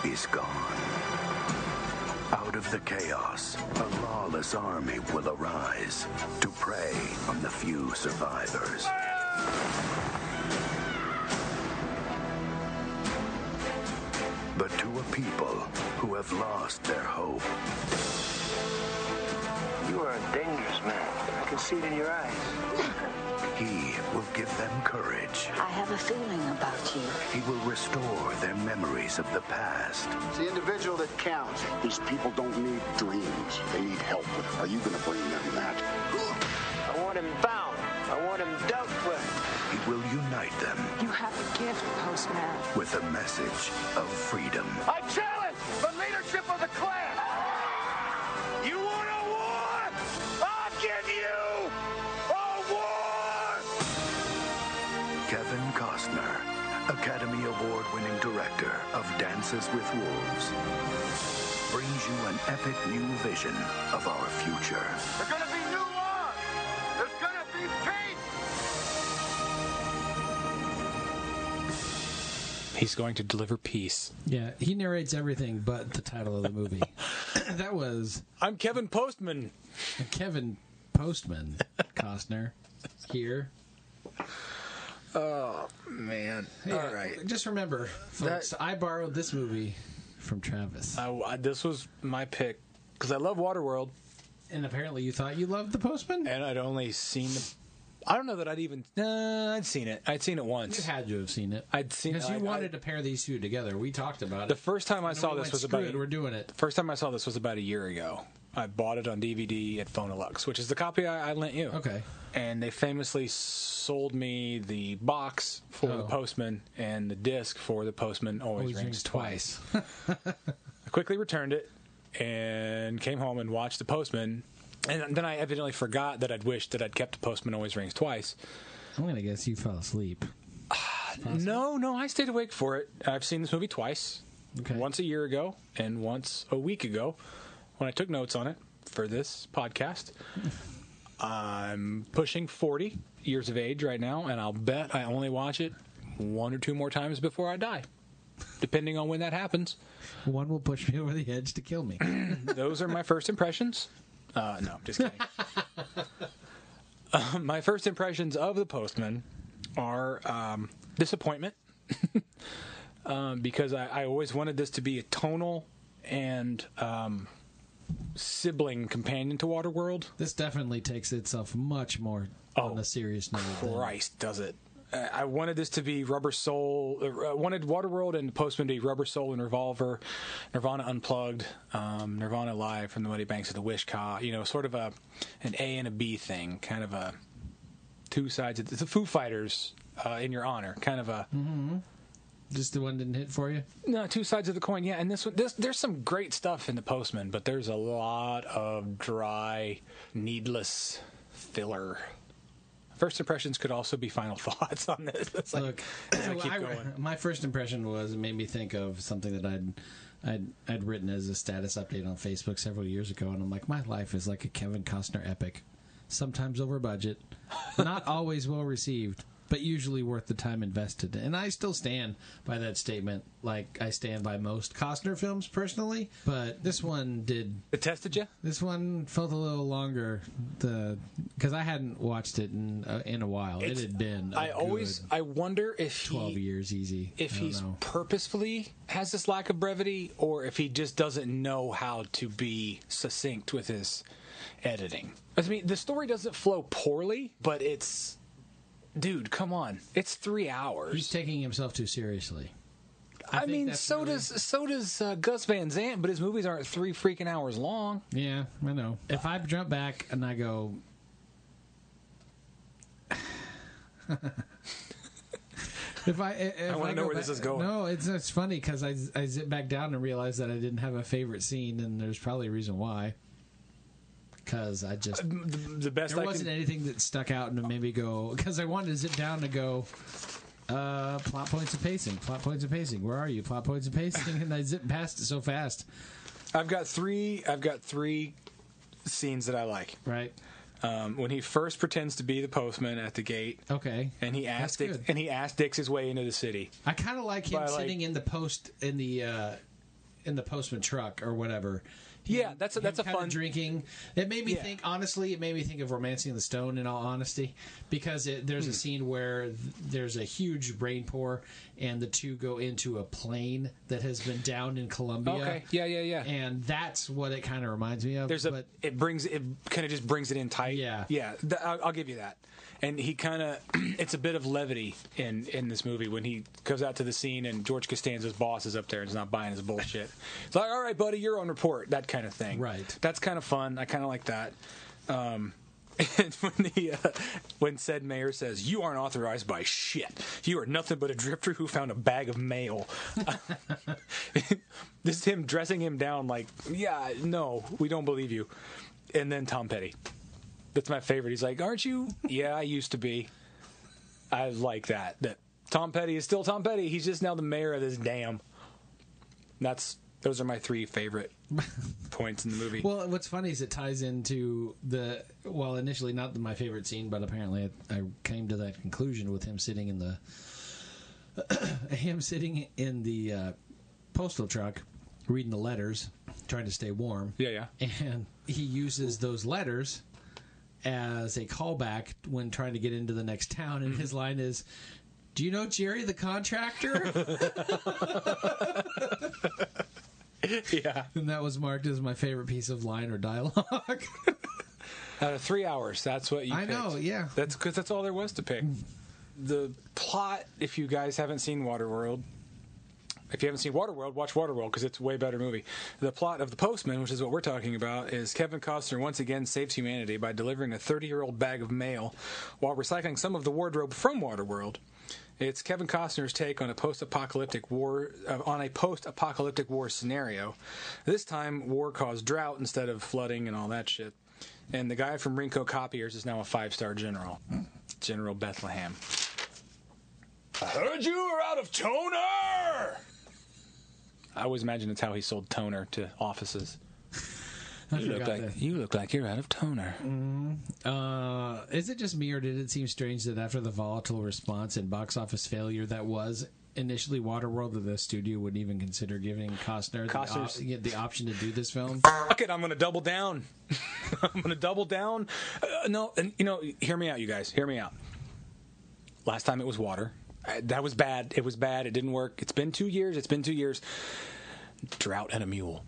B: is gone. Out of the chaos, a lawless army will arise to prey on the few survivors. but to a people who have lost their hope.
F: You are a dangerous man. I can see it in your eyes.
B: He will give them courage.
H: I have a feeling about you.
B: He will restore their memories of the past.
J: It's the individual that counts. These people don't need dreams. They need help. Are you going to bring them that?
F: I want him bound. I want him dealt with.
B: He will unite them
H: You have a gift, Postman.
B: with a message of freedom.
F: I challenge the leadership of the clan. You want a war? I'll give you a war.
B: Kevin Costner, Academy Award winning director of Dances with Wolves, brings you an epic new vision of our future.
F: There's gonna be new laws. There's gonna be peace.
C: He's going to deliver peace.
D: Yeah. He narrates everything but the title of the movie. that was
C: I'm Kevin Postman.
D: Kevin Postman Costner here.
C: Man.
D: Yeah, Just remember, folks, I borrowed this movie from Travis.
C: I, I- this was my pick because I love Waterworld,
D: and apparently you thought you loved The Postman?
C: and I'd only seen. I don't know that I'd even. Uh, I'd seen it. I'd seen it
D: You
C: once.
D: had to have seen it.
C: I'd seen
D: Because
C: it,
D: you
C: like,
D: wanted to pair these two together. We talked about
C: The
D: it.
C: first time I
D: And
C: saw
D: we
C: this
D: went,
C: was
D: "Screw
C: about.
D: it, we're doing it.
C: First time I saw this was about a year ago. I bought it on DVD at Phonalux, which is the copy I, I lent you.
D: Okay.
C: And they famously sold me the box for the
D: Oh.
C: Postman and the disc for the Postman always,
D: Always
C: rings,
D: rings
C: twice.
D: twice.
C: I quickly returned it and came home and watched The Postman. And then I evidently forgot that I'd wished that I'd kept The Postman Always Rings Twice.
D: I'm going to guess you fell asleep.
C: No, no, I stayed awake for it. I've seen this movie twice.
D: Okay.
C: Once a year ago and once a week ago when I took notes on it for this podcast. I'm pushing 40 years of age right now, and I'll bet I only watch it one or two more times before I die, depending on when that happens.
D: One will push me over the edge to kill me.
C: those are my first impressions. Uh, no, I'm just kidding. um, my first impressions of the postman are um, disappointment um, because I, I always wanted this to be a tonal and um, sibling companion to Waterworld.
D: this definitely takes itself much more
C: Oh,
D: on a serious note. than-
C: Christ, does it! Uh, I I wanted this to be Rubber Soul. uh, I wanted Waterworld and Postman to be Rubber Soul and Revolver, Nirvana Unplugged, um, Nirvana Live from the Muddy Banks of the Wishkah. You know, sort of a an A and a B thing, kind of a two sides. Of, it's a Foo Fighters uh, in your honor, kind of a
D: Just the one didn't hit for you?
C: no two sides of the coin. Yeah, and this one, this there's some great stuff in the Postman, but there's a lot of dry, needless filler. First impressions could also be final thoughts on this. It's like-
D: Look,
C: I keep
D: I-
C: going.
D: my first impression was it made me think of something that I'd, I'd I'd written as a status update on Facebook several years ago, and I'm like, my life is like a Kevin Costner epic, sometimes over budget, not always well received, but usually worth the time invested. And I still stand by that statement, like I stand by most Costner films personally. But this one did.
C: It tested you.
D: This one felt a little longer, the because I hadn't watched it in uh, in a while.
C: It's-
D: it had been. I
C: I always I wonder if he-
D: twelve years easy.
C: if
D: I don't
C: he's
D: know.
C: purposefully has this lack of brevity or if he just doesn't know how to be succinct with his editing. I mean, the story doesn't flow poorly, but it's dude, come on. It's 3 hours.
D: he's taking himself too seriously.
C: I,
D: think
C: mean,
D: that's
C: so
D: really-
C: does so does uh, Gus Van Sant, but his movies aren't 3 freaking hours long.
D: Yeah, I know. If I jump back and I go. If I, if
C: I wanna know
D: go
C: where this
D: back-
C: is going.
D: No, it's it's funny because I I zip back down and realize that I didn't have a favorite scene, and there's probably a reason why. Because I just
C: The, the best
D: there
C: I
D: wasn't
C: can
D: anything that stuck out and made me go because I wanted to zip down and go. Uh, plot points of pacing, plot points of pacing. Where are you? Plot points of pacing, and I zip past it so fast,
C: I've got 3 I've got 3 scenes that I like.
D: right?
C: Um, when he first pretends to be the postman at the gate
D: Okay,
C: and he
D: That's
C: asks Dix,
D: good.
C: and he asks Dix his way into the city.
D: I kind of like him
C: By, like-
D: sitting in the post in the uh, in the postman truck or whatever.
C: Yeah, that's a,
D: Him
C: that's a
D: kinda
C: fun
D: drinking. It made me
C: Yeah.
D: think. Honestly, it made me think of *Romancing the Stone*. In all honesty, because it, there's
C: Hmm.
D: a scene where th- there's a huge brain pour, and the two go into a plane that has been downed in Colombia.
C: Okay. Yeah, yeah, yeah.
D: And that's what it kind of reminds me of.
C: There's a
D: but
C: it brings it kind of just brings it in tight.
D: Yeah.
C: yeah. th- I'll, I'll give you that. And he kind of it's a bit of levity in in this movie when he goes out to the scene and George Costanza's boss is up there and is not buying his bullshit. it's like, all right, buddy, you're on report. That kind of thing.
D: Right.
C: That's kind of fun. I kind of like that. Um, and when the uh, when said mayor says you aren't authorized by shit, you are nothing but a drifter who found a bag of mail. this is him dressing him down like, yeah, no, we don't believe you. And then Tom Petty. That's my favorite. He's like, aren't you? yeah, I used to be. I like that. That Tom Petty is still Tom Petty. He's just now the mayor of this dam. That's those are my three favorite points in the movie.
D: Well, what's funny is it ties into the well, initially not my favorite scene, but apparently I, I came to that conclusion with him sitting in the him sitting in the uh, postal truck reading the letters, trying to stay warm.
C: Yeah, yeah.
D: And he uses those letters as a callback when trying to get into the next town, and his line is. Do you know Jerry the contractor?
C: yeah.
D: and that was marked as my favorite piece of line or dialogue.
C: Out of three hours, that's what you.
D: I
C: picked.
D: know, yeah.
C: That's because that's all there was to pick. The plot, if you guys haven't seen Waterworld, if you haven't seen Waterworld, watch Waterworld because it's a way better movie. The plot of The Postman, which is what we're talking about, is Kevin Costner once again saves humanity by delivering a 30 year old bag of mail while recycling some of the wardrobe from Waterworld. It's Kevin Costner's take on a post-apocalyptic war uh, on a post-apocalyptic war scenario. This time, war caused drought instead of flooding and all that shit. And the guy from Rinko Copiers is now a five-star general, General Bethlehem. I heard you were out of toner. I always imagine it's how he sold toner to offices.
D: I
C: You look
D: forgot
C: like
D: that.
C: you look like you're out of toner.
D: Uh, is it just me, or did it seem strange that after the volatile response and box office failure that was initially Waterworld, that the studio would even consider giving Costner the, op-
C: Costner's-
D: yeah, the option to do this film?
C: fuck it, I'm going to double down. I'm going to double down. Uh, no, and you know, hear me out, you guys. Hear me out. Last time it was water. I, that was bad. It was bad. It didn't work. It's been two years. It's been two years. Drought and a mule.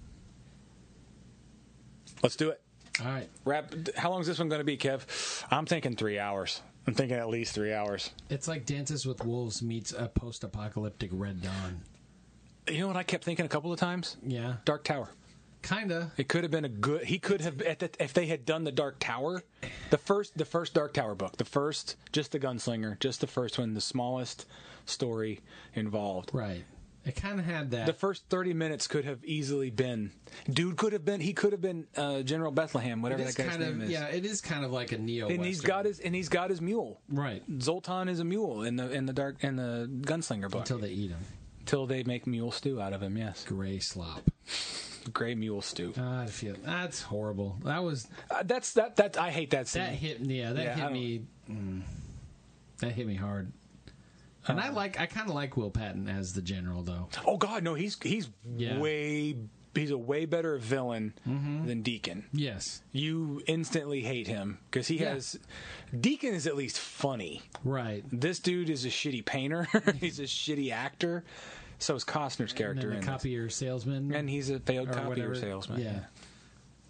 C: Let's do it.
D: All right,
C: Wrap. How long is this one going to be, Kev? I'm thinking three hours. I'm thinking at least three hours.
D: it's like Dances with Wolves meets a post-apocalyptic Red Dawn.
C: You know what I kept thinking a couple of times?
D: Yeah,
C: Dark Tower.
D: kinda.
C: It could have been a good. He could have at the, if they had done the Dark Tower, the first the first Dark Tower book, the first just the gunslinger, just the first one, the smallest story involved.
D: Right, it kind of had that.
C: The first thirty minutes could have easily been. Dude could have been. He could have been uh, General Bethlehem,
D: it
C: whatever
D: is
C: that guy's
D: kind of
C: name is.
D: yeah, it is kind of like a neo.
C: and he's got his and he's got his mule.
D: right
C: Zoltan is a mule in the in the dark in the gunslinger book
D: until they eat him.
C: till they make mule stew out of him. Yes,
D: Gray slop.
C: gray mule stew.
D: God, I feel that's horrible. That was
C: Uh, that's that that I hate that scene.
D: that hit. Yeah, that
C: Yeah, I
D: hit
C: don't-
D: me. That hit me hard. And I like, I kind of like Will Patton as the general, though.
C: Oh God, no, he's he's
D: Yeah. Mm-hmm.
C: way he's a way better villain than Deacon.
D: Yes,
C: You instantly hate him because he
D: Yeah.
C: has Deacon is at least funny.
D: right.
C: This dude is a shitty painter. he's a shitty actor. So is Costner's
D: And
C: character
D: then
C: in
D: the
C: this.
D: copier salesman,
C: and he's a failed
D: or
C: copier
D: whatever.
C: salesman.
D: Yeah,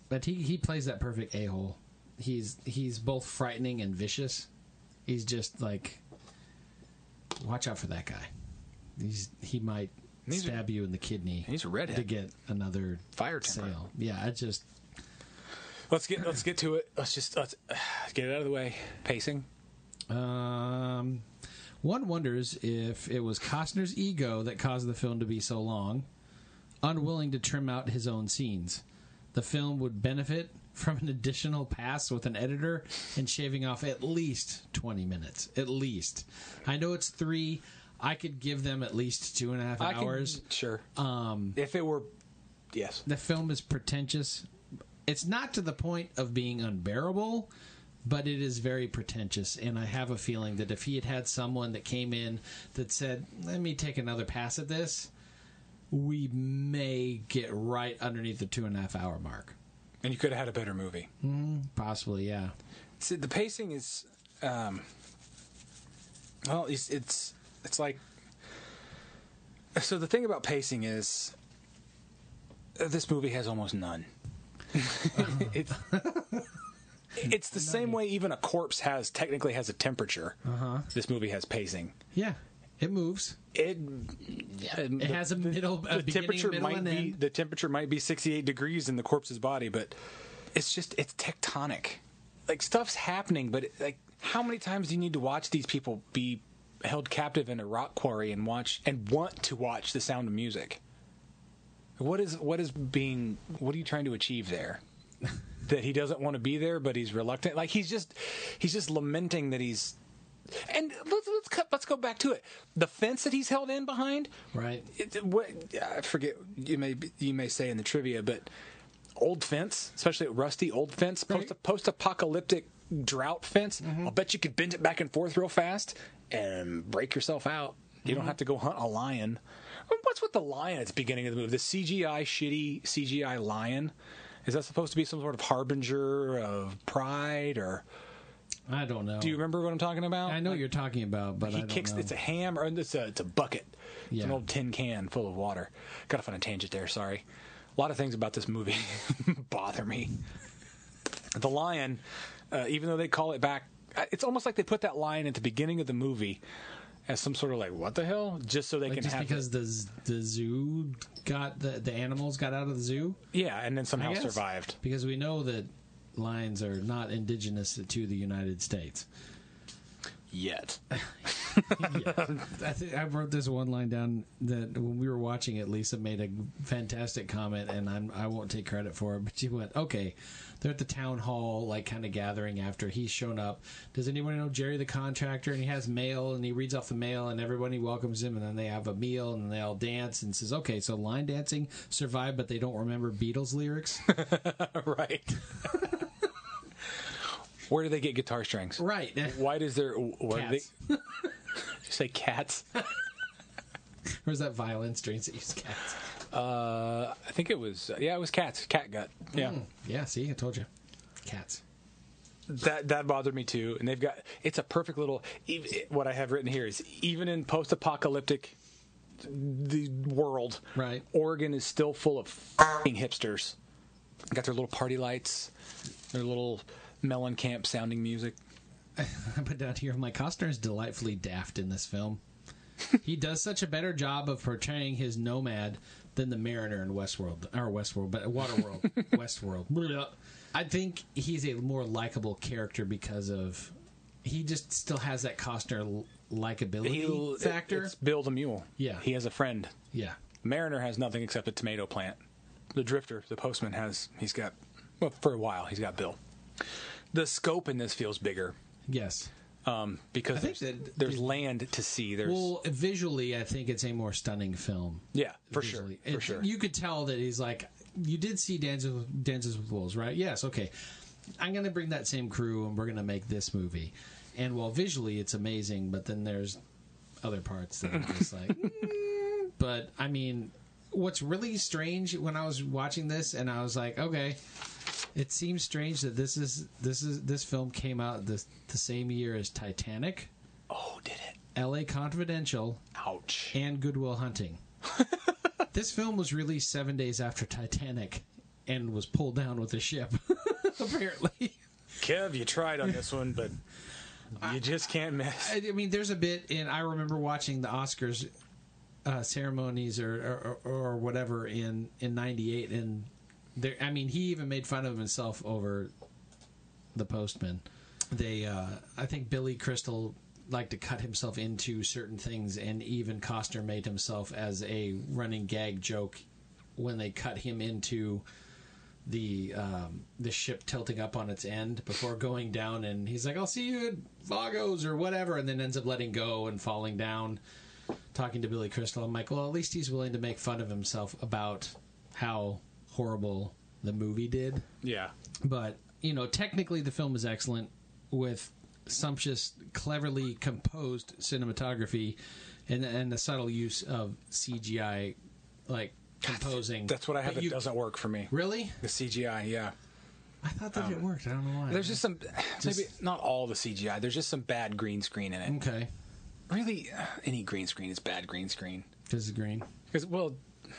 D: but he he plays that perfect a hole. He's he's both frightening and vicious. He's just like, watch out for that guy. He's he might
C: He's a-
D: stab you in the kidney.
C: he's a redhead.
D: to get another
C: Fire temper.
D: sale. Yeah, I just
C: Let's get let's get to it. Let's just let's uh, get it out of the way. Pacing.
D: Um, one wonders if it was Costner's ego that caused the film to be so long, unwilling to trim out his own scenes. The film would benefit from an additional pass with an editor and shaving off at least 20 minutes. At least. I know it's three. I could give them at least two and a half
C: I can-
D: hours.
C: sure. Um, if it were, yes.
D: The film is pretentious. It's not to the point of being unbearable, but it is very pretentious. And I have a feeling that if he had had someone that came in that said, let me take another pass at this, we may get right underneath the two and a half hour mark.
C: And you could have had a better movie.
D: Possibly, yeah.
C: See, the pacing is, um, well, it's, it's it's like. So the thing about pacing is, uh, this movie has almost none. it's it's the same way even a corpse has technically has a temperature. Uh-huh. This movie has pacing.
D: Yeah. It moves.
C: It
D: It has a middle, a
C: the
D: beginning,
C: temperature
D: middle,
C: might
D: and
C: be
D: end.
C: the temperature might be 68 degrees in the corpse's body but it's just it's tectonic like stuff's happening but like how many times do you need to watch these people be held captive in a rock quarry and watch and want to watch the sound of music what is what is being what are you trying to achieve there that he doesn't want to be there but he's reluctant like he's just he's just lamenting that he's and let's let's cut, let's go back to it. The fence that he's held in behind,
D: Right.
C: it, what I forget you may be- you may say in the trivia, but old fence, especially rusty old fence, post post apocalyptic drought fence.
D: Mm-hmm.
C: I'll bet you could bend it back and forth real fast and break yourself out. You
D: Mm-hmm.
C: don't have to go hunt a lion. What's with the lion at the beginning of the movie? The CGI shitty CGI lion. Is that supposed to be some sort of harbinger of pride, or
D: I don't know.
C: do you remember what I'm talking about?
D: Oh. I know what you're talking about, but I
C: he
D: don't
C: kicks.
D: know.
C: It's a ham or it's a it's a bucket. It's an
D: Yeah.
C: old tin can full of water. Got off on a tangent there. Sorry. A lot of things about this movie bother me. The lion, uh, even though they call it back, I- it's almost like they put that lion at the beginning of the movie as some sort of like what the hell, just so they
D: like
C: can
D: just
C: have
D: because the z- the zoo got the the animals got out of the zoo.
C: yeah, and then
D: I
C: somehow
D: guess.
C: survived.
D: because we know that lions are not indigenous to the United States.
C: Yet,
D: I think I wrote this one line down that when we were watching it, Lisa made a fantastic comment, and I'm, I won't take credit for it. But she went, "Okay, they're at the town hall, like kind of gathering after he's shown up. Does anyone know Jerry the contractor? And he has mail, and he reads off the mail, and everybody welcomes him, and then they have a meal, and they all dance, and says, "Okay, so line dancing survived, but they don't remember Beatles lyrics."
C: right? Where do they get guitar strings?
D: right.
C: Why does there? Why do
D: Cats.
C: they you say cats?
D: Or is that violin strings that use cats?
C: Uh, I think it was yeah, it was cats, cat gut. Yeah,
D: Yeah, see, I told you. Cats.
C: that that bothered me too. And they've got it's a perfect little. ev- What I have written here is even in post-apocalyptic the world,
D: Right.
C: Oregon is still full of f***ing hipsters. Got their little party lights, their little Mellencamp sounding music.
D: I put down here, my Costner is delightfully daft in this film. he does such a better job of portraying his nomad than the mariner in Westworld, or Westworld, but Waterworld, Westworld. Blah. I think he's a more likable character because of he just still has that Costner l- likability
C: He'll- it-
D: factor.
C: It's Bill the Mule.
D: Yeah.
C: he has a friend.
D: yeah,
C: Mariner has nothing except a tomato plant. The Drifter, the postman, has he's got well for a while he's got Bill. The scope in this feels bigger
D: yes.
C: um, because
D: I think
C: there's,
D: that-
C: there's land to see. There's
D: Well, visually, I think it's a more stunning film.
C: yeah, for sure,
D: visually.
C: for
D: It-
C: sure.
D: You could tell that he's like, you did see Dances with, Dances with Wolves, right? Yes, okay. I'm going to bring that same crew and we're going to make this movie. And while visually it's amazing, but then there's other parts that I'm just like. "Mm." But I mean, what's really strange when I was watching this, and I was like, okay, it seems strange that this is this is this film came out the the same year as Titanic.
C: Oh, did it?
D: L.A. Confidential.
C: Ouch.
D: And Goodwill Hunting. this film was released seven days after Titanic, and was pulled down with a ship. apparently,
C: Kev, you tried on this one, but you just can't miss.
D: I, I mean, there's a bit, and I remember watching the Oscars uh, ceremonies or, or or whatever in in '98, and there. I mean, he even made fun of himself over the postman. They, uh, I think Billy Crystal liked to cut himself into certain things, and even Costner made himself as a running gag joke when they cut him into the um, the ship tilting up on its end before going down, and he's like, "I'll see you at Vagos or whatever," and then ends up letting go and falling down. Talking to Billy Crystal, I'm like, "Well, at least he's willing to make fun of himself about how horrible the movie did."
C: Yeah.
D: But you know, technically, the film is excellent with sumptuous, cleverly composed cinematography, and and the subtle use of CGI, like composing.
C: That's what I have
D: But
C: that
D: you-
C: doesn't work for me.
D: Really?
C: The CGI, yeah.
D: I thought that it worked. I don't know why.
C: There's just some,
D: Just-
C: maybe not all the CGI. There's just some bad green screen in it.
D: okay.
C: Really, uh, any green screen is bad green screen.
D: This is green.
C: Because well, you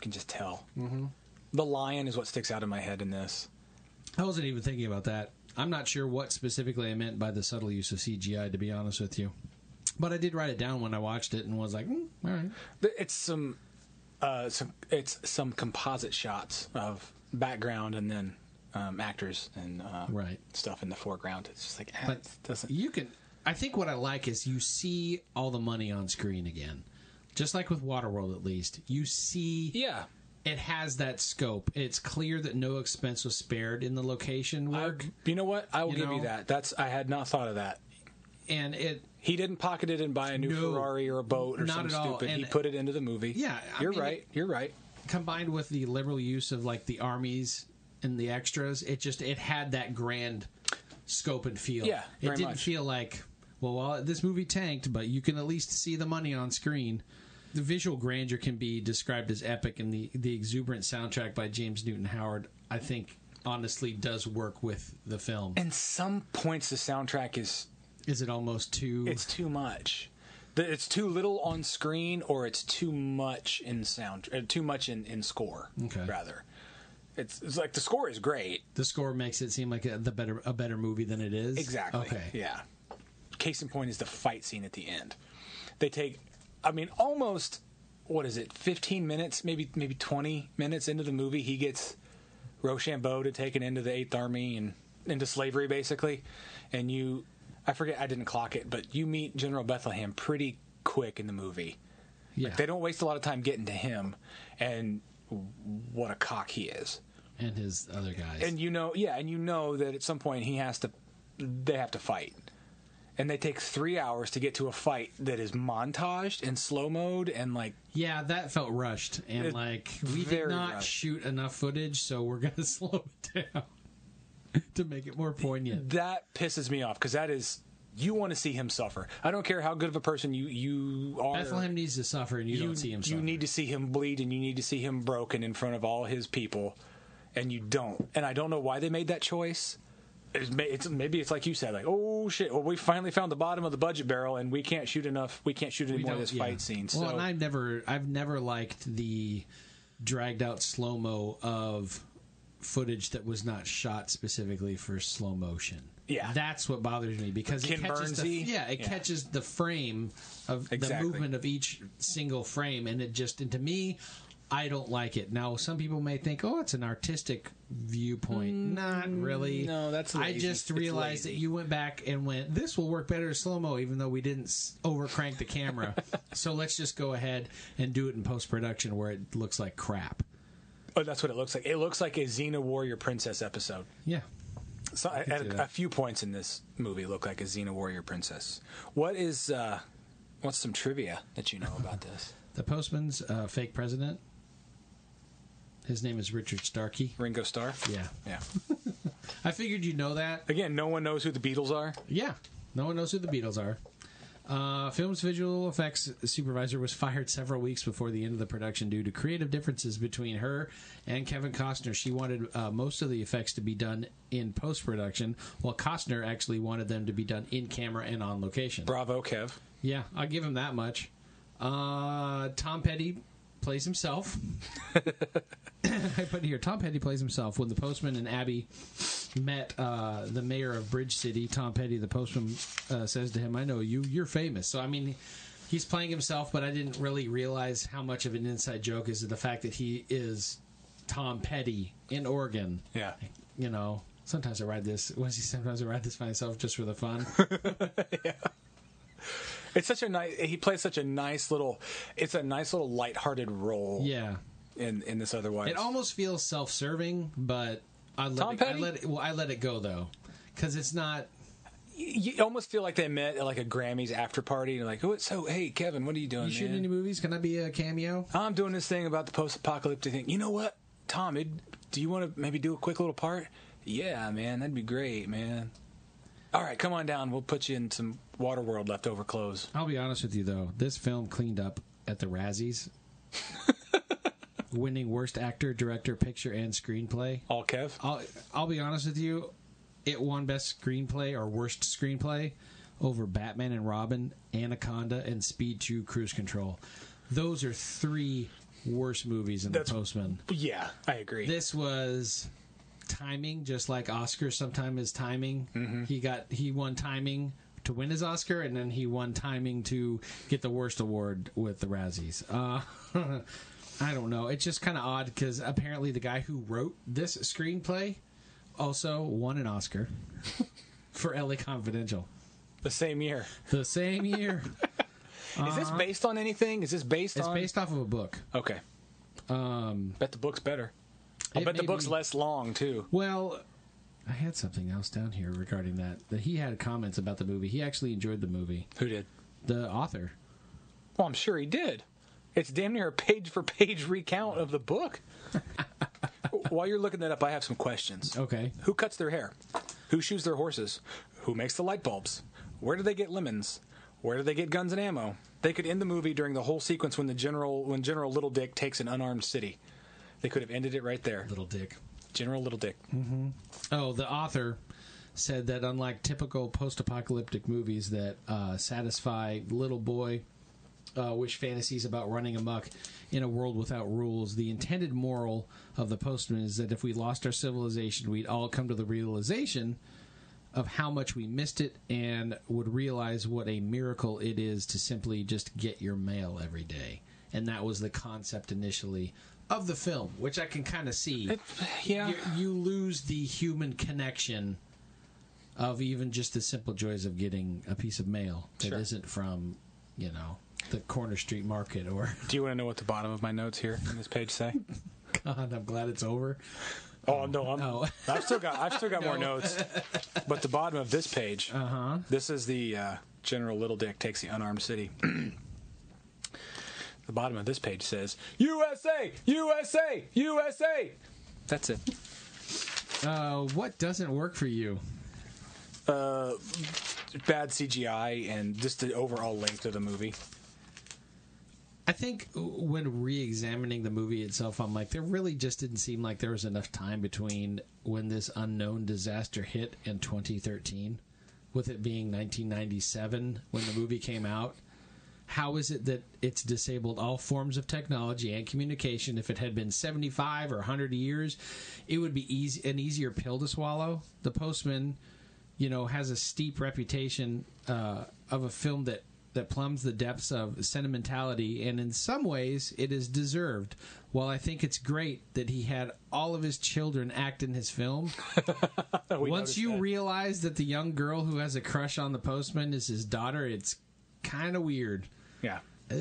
C: can just tell. Mm-hmm. The lion is what sticks out in my head in this.
D: I wasn't even thinking about that. I'm not sure what specifically I meant by the subtle use of CGI, to be honest with you. But I did write it down when I watched it and was like, mm, all right.
C: Th- It's some, uh, some it's some composite shots of background and then um, actors and uh,
D: Right.
C: stuff in the foreground. It's just like eh,
D: But
C: it doesn't.
D: you can. I think what I like is you see all the money on screen again. Just like with Waterworld, at least. You see
C: Yeah,
D: it has that scope. It's clear that no expense was spared in the location
C: I-
D: work.
C: you know what? I will
D: You
C: give you
D: know?
C: that. That's I had not thought of that.
D: and it.
C: He didn't pocket it and buy a new
D: No.
C: Ferrari or a boat or
D: Not
C: something
D: at all.
C: stupid. he
D: And-
C: put it into the movie.
D: Yeah, I
C: you're
D: mean,
C: right.
D: it-
C: you're right.
D: combined with the liberal use of like the armies and the extras, it just it had that grand scope and feel.
C: Yeah,
D: it
C: very
D: didn't
C: much.
D: feel like well, well, this movie tanked, but you can at least see the money on screen. The visual grandeur can be described as epic, and the the exuberant soundtrack by James Newton Howard, I think, honestly does work with the film.
C: And some points the soundtrack is
D: Is it almost too?
C: it's too much. The- It's too little on screen, or it's too much in sound, uh, too much in, in score.
D: Okay.
C: Rather, it's, it's like the score is great.
D: the score makes it seem like a, the better a better movie than it is.
C: Exactly.
D: Okay.
C: Yeah. Case in point is the fight scene at the end. They take, I mean, almost what is it? Fifteen minutes, maybe maybe twenty minutes into the movie, he gets Rochambeau to taken into the Eighth Army and into slavery, basically. And you, I forget, I didn't clock it, but you meet General Bethlehem pretty quick in the movie.
D: Yeah.
C: They don't waste a lot of time getting to him, and what a cock he is
D: and his other guys.
C: and you know yeah and you know that at some point he has to they have to fight and they take three hours to get to a fight that is montaged and slow mode and like
D: Yeah, that felt rushed, and
C: It-
D: like we did
C: very
D: not
C: rushed.
D: shoot enough footage, so we're gonna slow it down to make it more poignant.
C: that pisses me off because that is you want to see him suffer i don't care how good of a person you you are
D: Bethlehem needs to suffer, and you,
C: you,
D: don't see him.
C: you
D: suffer.
C: need to see him bleed and you need to see him broken in front of all his people and you don't and i don't know why they made that choice it's, ma- it's maybe it's like you said like oh shit well we finally found the bottom of the budget barrel and we can't shoot enough we can't shoot any more of this
D: yeah.
C: fight scene so
D: Well, and I've never, I've never liked the dragged out slow mo of footage that was not shot specifically for slow motion.
C: Yeah.
D: that's what bothers me because it
C: Ken
D: catches the,
C: Burnsy?
D: yeah, it
C: Yeah.
D: catches the frame of
C: Exactly.
D: the movement of each single frame, and it just, and to me. I don't like it. Now, some people may think, "Oh, it's an artistic viewpoint." Not really.
C: Mm, no, that's
D: I
C: lazy.
D: just
C: It's
D: realized that
C: lazy.
D: you went back and went, this will work better slow mo, even though we didn't s- over crank the camera. so let's just go ahead and do it in post production where it looks like crap.
C: oh, that's what it looks like it looks like a xena warrior princess episode
D: Yeah.
C: so I
D: see
C: at
D: that.
C: a, a few points in this movie look like a xena warrior princess what is uh what's some trivia that you know about this
D: The postman's uh, fake president. His name is Richard Starkey.
C: ringo starr
D: Yeah.
C: yeah
D: I figured you know that.
C: again no one knows who the beatles are
D: Yeah. No one knows who the Beatles are. Uh, film's visual effects supervisor was fired several weeks before the end of the production due to creative differences between her and Kevin Costner. She wanted uh, most of the effects to be done in post production, while Costner actually wanted them to be done in camera and on location.
C: Bravo, Kev.
D: Yeah, I'll give him that much. Uh, Tom Petty plays himself. I put here Tom Petty plays himself. When the postman and Abby met uh, the mayor of Bridge City, Tom Petty, the postman, uh, says to him, "I know you. You're famous." So I mean, he's playing himself, but I didn't really realize how much of an inside joke is the fact that he is Tom Petty in Oregon.
C: Yeah.
D: You know, sometimes I ride this. Was he sometimes I ride this by myself just for the fun?
C: It's such a nice. He plays such a nice little. It's a nice little lighthearted role.
D: yeah.
C: In in this otherwise.
D: It almost feels self-serving, but I let
C: Tom
D: it, I
C: Petty?
D: let it, well, I let it go though, because it's not.
C: you almost feel like they met at like a Grammys after party and you're like, oh, so hey, Kevin, what are you doing?
D: You shooting
C: man?
D: any movies? Can I be a cameo?
C: I'm doing this thing about the post-apocalyptic thing. You know what, Tom? It, do you want to maybe do a quick little part? Yeah, man, that'd be great, man. All right, come on down. We'll put you in some Waterworld leftover clothes.
D: I'll be honest with you though, this film cleaned up at the Razzies, winning worst actor, director, picture, and screenplay.
C: All Kev.
D: I'll I'll be honest with you, it won best screenplay or worst screenplay over Batman and Robin, Anaconda, and Speed 2 Cruise Control. Those are three worst movies in
C: That's-
D: the Postman.
C: Yeah, I agree.
D: This was timing, just like Oscar sometimes is timing.
C: Mm-hmm.
D: He got he won timing to win his Oscar, and then he won timing to get the worst award with the Razzies. Uh, I don't know. It's just kind of odd because apparently the guy who wrote this screenplay also won an Oscar for LA Confidential
C: the same year.
D: the same year.
C: Is this based on anything? Is this based
D: Uh-huh. it's
C: on?
D: based off of a book.
C: okay. Um, bet the book's better. I
D: it
C: bet the
D: may
C: book's
D: be-
C: less long too.
D: Well, I had something else down here regarding that. That he had comments about the movie. He actually enjoyed the movie.
C: Who did?
D: The author.
C: Well, I'm sure he did. It's damn near a page for page recount of the book. While you're looking that up, I have some questions.
D: Okay.
C: Who cuts their hair? Who shoes their horses? Who makes the light bulbs? Where do they get lemons? Where do they get guns and ammo? They could end the movie during the whole sequence when the general when General Little Dick takes an unarmed city. They could have ended it right there.
D: Little dick.
C: General Little Dick.
D: Oh, the author said that unlike typical post-apocalyptic movies that uh, satisfy little boy uh, wish fantasies about running amok in a world without rules, the intended moral of the postman is that if we lost our civilization, we'd all come to the realization of how much we missed it and would realize what a miracle it is to simply just get your mail every day. And that was the concept initially of the film, which I can kind of see
C: Yeah.
D: you, you lose the human connection of even just the simple joys of getting a piece of mail that
C: Sure.
D: not from, you know, the corner street market or
C: Do you want to know what the bottom of my notes here on this page say?
D: God, I'm glad it's over.
C: Oh no, I'm,
D: No.
C: I've still got I've still got more
D: No.
C: notes. But the bottom of this page, uh-huh. this is the uh, General Little Dick takes the unarmed city. the bottom of this page says USA, USA, USA. That's it.
D: Uh, what doesn't work for you?
C: Bad CGI and just the overall length of the movie.
D: I think when re-examining the movie itself, I'm like, there really just didn't seem like there was enough time between when this unknown disaster hit and 2013, with it being 1997 when the movie came out. How is it that it's disabled all forms of technology and communication? If it had been 75 or 100 years, it would be easy an easier pill to swallow. The Postman you know, has a steep reputation uh, of a film that that plumbs the depths of sentimentality, and in some ways, it is deserved. While I think it's great that he had all of his children act in his film, once you realize that the young girl who has a crush on the postman is his daughter, it's kind of weird.
C: Yeah.
D: Ugh.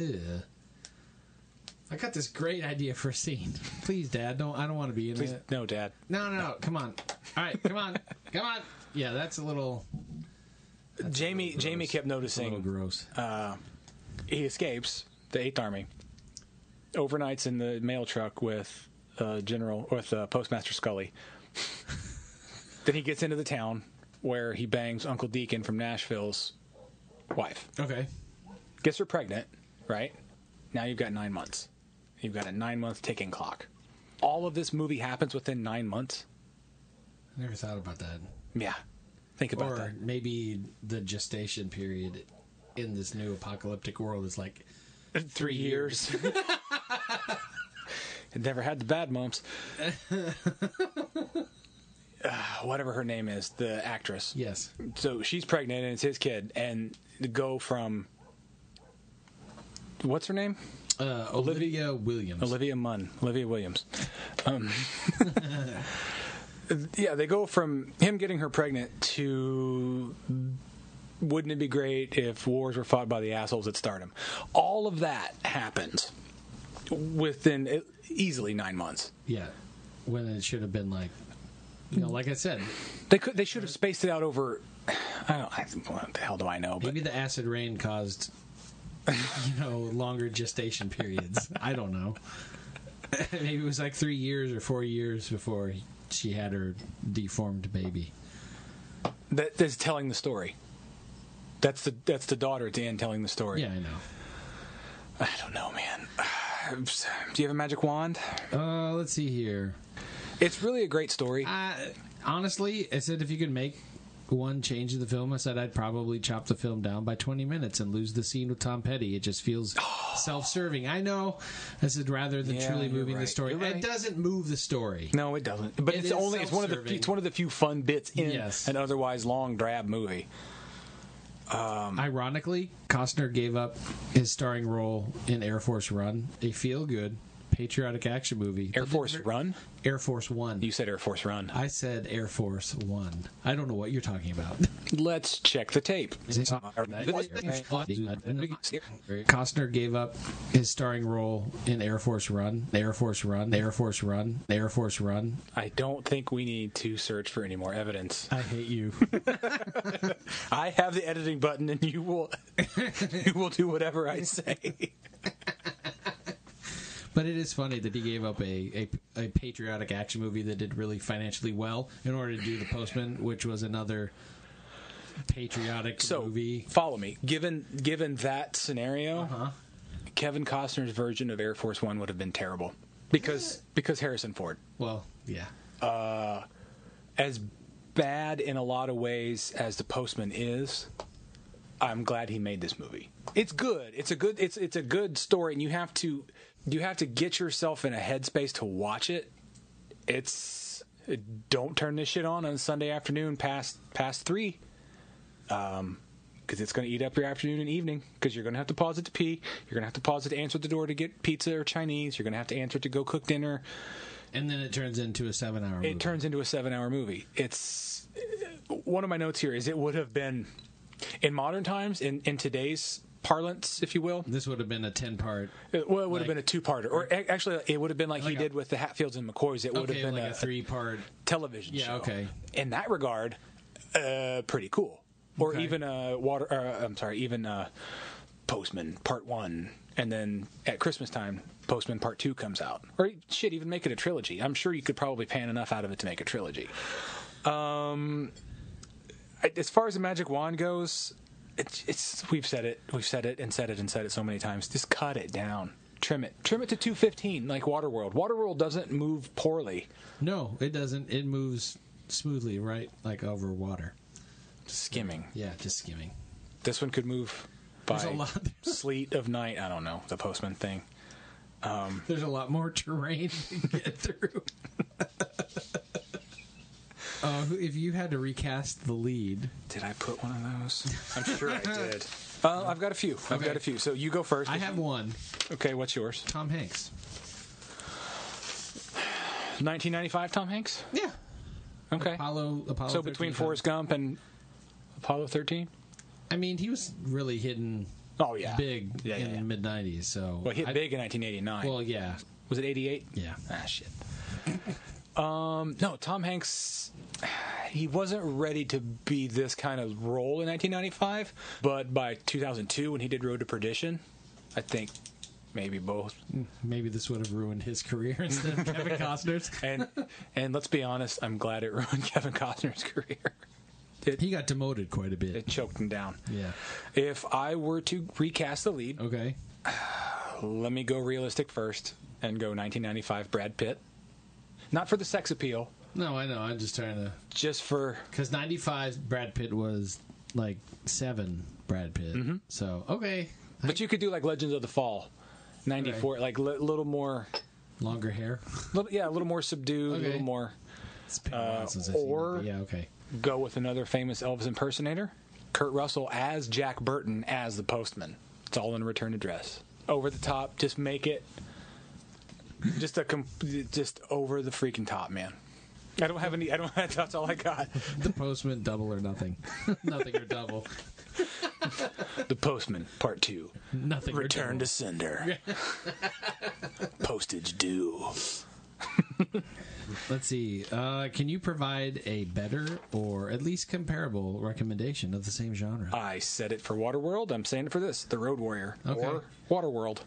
D: I got this great idea for a scene. Please, Dad, don't. I don't want to be in
C: Please,
D: it.
C: no, Dad.
D: No, no, no. Come on. All right, come on, come on. Yeah, that's a little.
C: Jamie Jamie kept
D: A
C: noticing
D: little gross.
C: Uh, he escapes the Eighth Army, overnights in the mail truck with uh, General with uh, Postmaster Scully. then he gets into the town, where he bangs Uncle Deacon from Nashville's wife.
D: Okay.
C: Gets her pregnant, right? Now you've got nine months. You've got a nine month ticking clock. All of this movie happens within nine months.
D: I never thought about that.
C: Yeah. Think about
D: or
C: that.
D: maybe the gestation period in this new apocalyptic world is like
C: Three years. It never had the bad mumps. Ah, whatever her name is, the actress.
D: Yes.
C: So she's pregnant and it's his kid, and to go from what's her name?
D: Uh, Olivia, Williams.
C: Olivia Munn, Olivia Williams. Um, yeah, they go from him getting her pregnant to wouldn't it be great if wars were fought by the assholes at stardom? All of that happens within e- easily nine months.
D: yeah. When it should have been like, you know, like I said,
C: They could they should have spaced it out over. I don't. I, what the hell do I know? But
D: maybe the acid rain caused, you know, longer gestation periods. I don't know. maybe it was like three years or four years before she had her deformed baby.
C: that is telling the story. That's the that's the daughter at the end telling the story.
D: Yeah, I know.
C: I don't know, man. Do you have a magic wand?
D: Uh, let's see here.
C: It's really a great story.
D: Uh, honestly, I said if you could make one change to the film, I said I'd probably chop the film down by 20 minutes and lose the scene with Tom Petty. It just feels self serving. I know. I said rather than
C: Yeah,
D: truly
C: you're
D: moving the
C: right.
D: story.
C: You're right.
D: It doesn't move the story.
C: No, it doesn't. But
D: It
C: it's
D: is
C: only it's one of the few,
D: self-serving.
C: it's one of the few fun bits in
D: Yes.
C: an otherwise long drab movie.
D: Ironically, Costner gave up his starring role in Air Force Run, a feel good patriotic action movie.
C: Air Force Run.
D: Air Force One.
C: You said Air Force Run.
D: I said Air Force One. I don't know what you're talking about.
C: Let's check the tape.
D: Costner gave up his starring role in Air Force Run, Air Force Run, Air Force Run, Air Force Run.
C: I don't think we need to search for any more evidence.
D: I hate you.
C: I have the editing button, and you will you will do whatever I say.
D: but it is funny that he gave up a, a, a patriotic action movie that did really financially well in order to do The Postman, which was another patriotic
C: So
D: movie. Uh-huh.
C: follow me. Given given that scenario, Kevin Costner's version of Air Force One would have been terrible because because Harrison Ford.
D: Well, yeah.
C: as bad in a lot of ways as the postman is i'm glad he made this movie it's good it's a good it's it's a good story and you have to you have to get yourself in a headspace to watch it it's don't turn this shit on on sunday afternoon past past three um because it's going to eat up your afternoon and evening because you're going to have to pause it to pee you're going to have to pause it to answer the door to get pizza or chinese you're going to have to answer it to go cook dinner
D: And then it turns into a seven hour movie.
C: it turns into a seven hour movie it's uh, one of my notes here is it would have been in modern times in, in today's parlance if you will
D: this would have been a 10 part.
C: it, well, it would
D: Like-
C: have been a two-parter or a- actually it would have been like,
D: Like
C: he
D: a-
C: did with the hatfields and mccoys it would
D: Okay,
C: have been
D: like a, three part.
C: television
D: Yeah,
C: show
D: okay.
C: in that regard uh, pretty cool or
D: Okay.
C: even uh, water uh, i'm sorry even uh, postman part one and then at christmas time postman part two comes out or shit even make it a trilogy i'm sure you could probably pan enough out of it to make a trilogy Um, I- as far as the magic wand goes, it's, it's we've said it, we've said it, and said it, and said it so many times. Just cut it down, trim it, trim it to two fifteen, like Waterworld. Waterworld doesn't move poorly.
D: No, it doesn't. It moves smoothly, right? Like over water.
C: Skimming.
D: Yeah, just skimming.
C: This one could move
D: There's a
C: by
D: lot.
C: sleet of night. I don't know the postman thing.
D: There's a lot more terrain to get through. Uh, who- if you had to recast the lead,
C: Did I put one of those? I'm sure I did. Uh, I've got a few. I've
D: Okay.
C: got a few. So you go first.
D: I have one.
C: Okay, what's yours?
D: Tom Hanks.
C: 1995. Tom Hanks.
D: Yeah.
C: Okay.
D: Apollo. Apollo.
C: so between
D: 13.
C: Forrest Gump and Apollo 13.
D: I mean, he was really hitting
C: Oh yeah.
D: big
C: Yeah, yeah,
D: in
C: yeah.
D: the mid '90s. So
C: Well, hit
D: I-
C: big in 1989.
D: Well, yeah,
C: was it 88?
D: yeah.
C: Ah, shit. um, no, Tom Hanks. He wasn't ready to be this kind of role in 1995, but by 2002, when he did Road to Perdition, I think maybe both.
D: Maybe this would have ruined his career instead of Kevin Costner's.
C: And and let's be honest, I'm glad it ruined Kevin Costner's career. it
D: he got demoted quite a bit.
C: it choked him down.
D: yeah.
C: If I were to recast the lead,
D: Okay.
C: let me go realistic first and go 1995 Brad Pitt. Not for the sex appeal,
D: No, I know. I'm just trying to
C: just for
D: because '95 Brad Pitt was like seven Brad Pitt.
C: Mm-hmm.
D: So okay,
C: But you could do like Legends of the Fall, '94, like a little more,
D: longer hair.
C: little, yeah, a little more subdued, a
D: Okay.
C: little more.
D: It's been a while
C: Uh,
D: since I've seen it,
C: or-
D: but yeah, okay.
C: Go with another famous Elvis impersonator, Kurt Russell as Jack Burton as the postman. It's all in Return Address. Over the top, just make it, just a com- just over the freaking top, man. I don't have any. I don't. That's all I got.
D: The postman, double or nothing, nothing or double,
C: The Postman Part Two.
D: nothing.
C: Return
D: or
C: to sender. Postage due.
D: double. Let's see. Uh, can you provide a better or at least comparable recommendation of the same genre?
C: I said it for Waterworld. I'm saying it for this. The Road Warrior
D: Okay.
C: or Waterworld.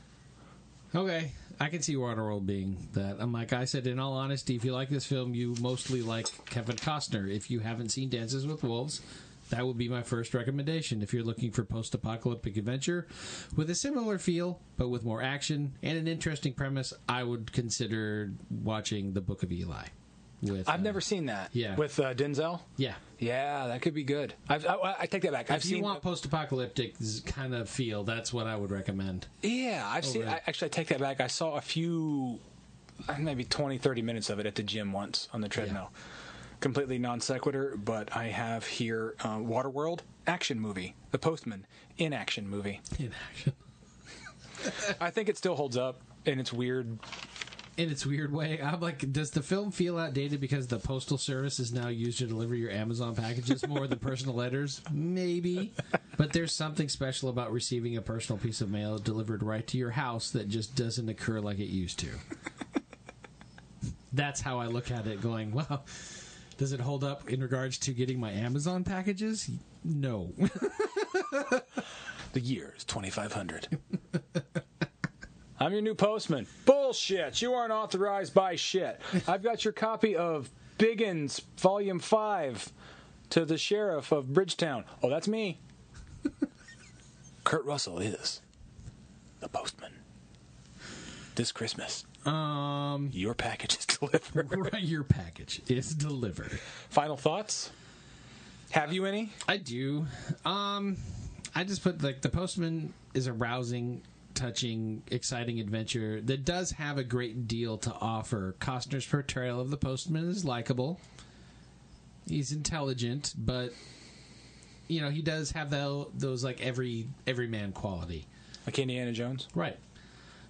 D: Okay, I can see Waterworld being that. I'm like I said, in all honesty, if you like this film, you mostly like Kevin Costner. If you haven't seen Dances with Wolves, that would be my first recommendation. If you're looking for post-apocalyptic adventure with a similar feel but with more action and an interesting premise, I would consider watching The Book of Eli. With
C: I've
D: uh,
C: never seen that.
D: yeah.
C: With uh, Denzel.
D: yeah.
C: Yeah, that could be good. I've, I, I take that back. I've
D: if you
C: seen.
D: want post-apocalyptic z- kind of feel, that's what I would recommend.
C: yeah, I've seen.
D: right.
C: I, actually, I take that back. I saw a few, uh, maybe 20, 30 minutes of it at the gym once on the treadmill. Completely non sequitur, but I have here uh, Waterworld action movie, The Postman in action movie.
D: In action,
C: I think it still holds up, and it's weird.
D: in its weird way. I'm like, does the film feel outdated because the postal service is now used to deliver your Amazon packages more than personal letters? Maybe, but there's something special about receiving a personal piece of mail delivered right to your house that just doesn't occur like it used to. That's how I look at it. Going, wow, does it hold up in regards to getting my Amazon packages? No.
C: The year is 2500. I'm your new postman. Bullshit. You aren't authorized by shit. I've got your copy of Biggins Volume 5 to the sheriff of Bridgetown. Oh, that's me. Kurt Russell is the postman. This Christmas,
D: um,
C: your package is delivered.
D: your package is delivered.
C: Final thoughts? Have you any?
D: I do. Um, I just put like the Postman is a rousing, touching, exciting adventure that does have a great deal to offer. Costner's portrayal of the Postman is likable. He's intelligent, but you know he does have tho- those like every everyman quality,
C: Like Indiana Jones?
D: right?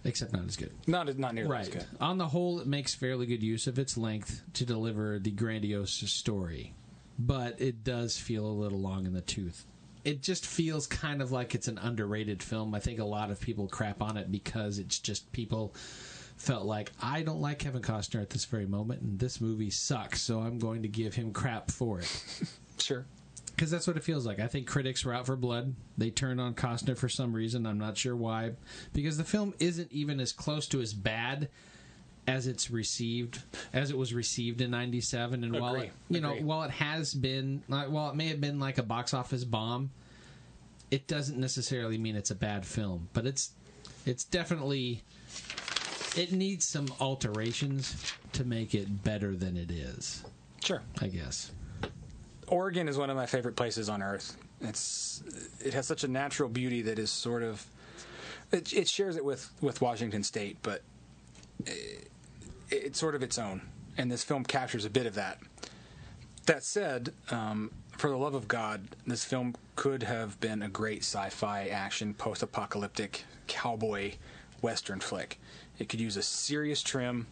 D: Except not as good.
C: Not, not nearly as
D: Right.
C: good.
D: On the whole, it makes fairly good use of its length to deliver the grandiose story, but it does feel a little long in the tooth. It just feels kind of like it's an underrated film. I think a lot of people crap on it because it's just people felt like I don't like Kevin Costner at this very moment, and this movie sucks, so I'm going to give him crap for it
C: Sure.
D: because that's what it feels like. I think critics were out for blood. They turned on Costner for some reason. I'm not sure why, because the film isn't even as close to as bad as it's received as it was received in '97. And while
C: Agree.
D: it, you
C: Agree.
D: know, while it has been, like, while it may have been like a box office bomb, it doesn't necessarily mean it's a bad film. But it's it's definitely it needs some alterations to make it better than it is.
C: Sure.
D: I guess.
C: Oregon is one of my favorite places on earth. It's it has such a natural beauty that is sort of it, it shares it with with Washington State, but it, it's sort of its own. And this film captures a bit of that. That said, um, for the love of God, this film could have been a great sci-fi action, post-apocalyptic cowboy western flick. It could use a serious trim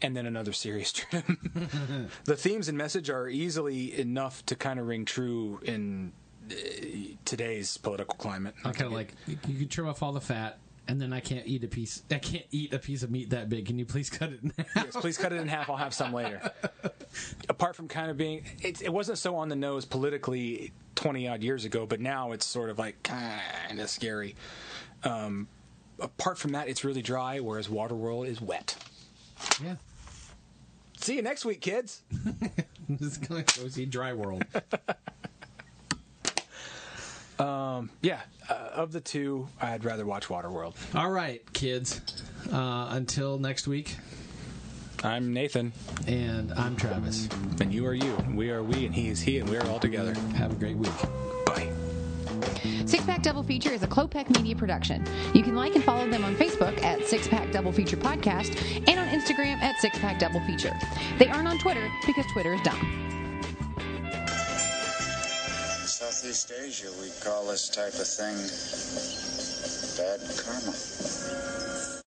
C: and then another serious trim. the themes and message are easily enough to kind of ring true in uh, today's political climate.
D: I kind of like you can trim off all the fat, and then I can't eat a piece. I can't eat a piece of meat that big. Can you please cut it in half?
C: Yes, please cut it in half. I'll have some later. Apart from kind of being, it, it wasn't so on the nose politically twenty odd years ago, but now it's sort of like kind of scary. Um, apart from that, it's really dry, whereas Waterworld is wet.
D: Yeah,
C: See you next week, kids.
D: this is going to go see Dry World.
C: Um, yeah, uh, of the two, I'd rather watch Waterworld.
D: All right, kids. Uh, until next week.
C: I'm Nathan.
D: And I'm Travis.
C: And you are you. And we are we. And he is he. And we are all together.
D: Have a great week.
C: Bye.
A: Six Pack Double Feature is a Clopec Media production. You can like and follow them on Facebook at Six Pack Double Feature Podcast and on Instagram at Six Pack Double Feature. They aren't on Twitter because Twitter is dumb.
K: In Southeast Asia, we call this type of thing bad karma.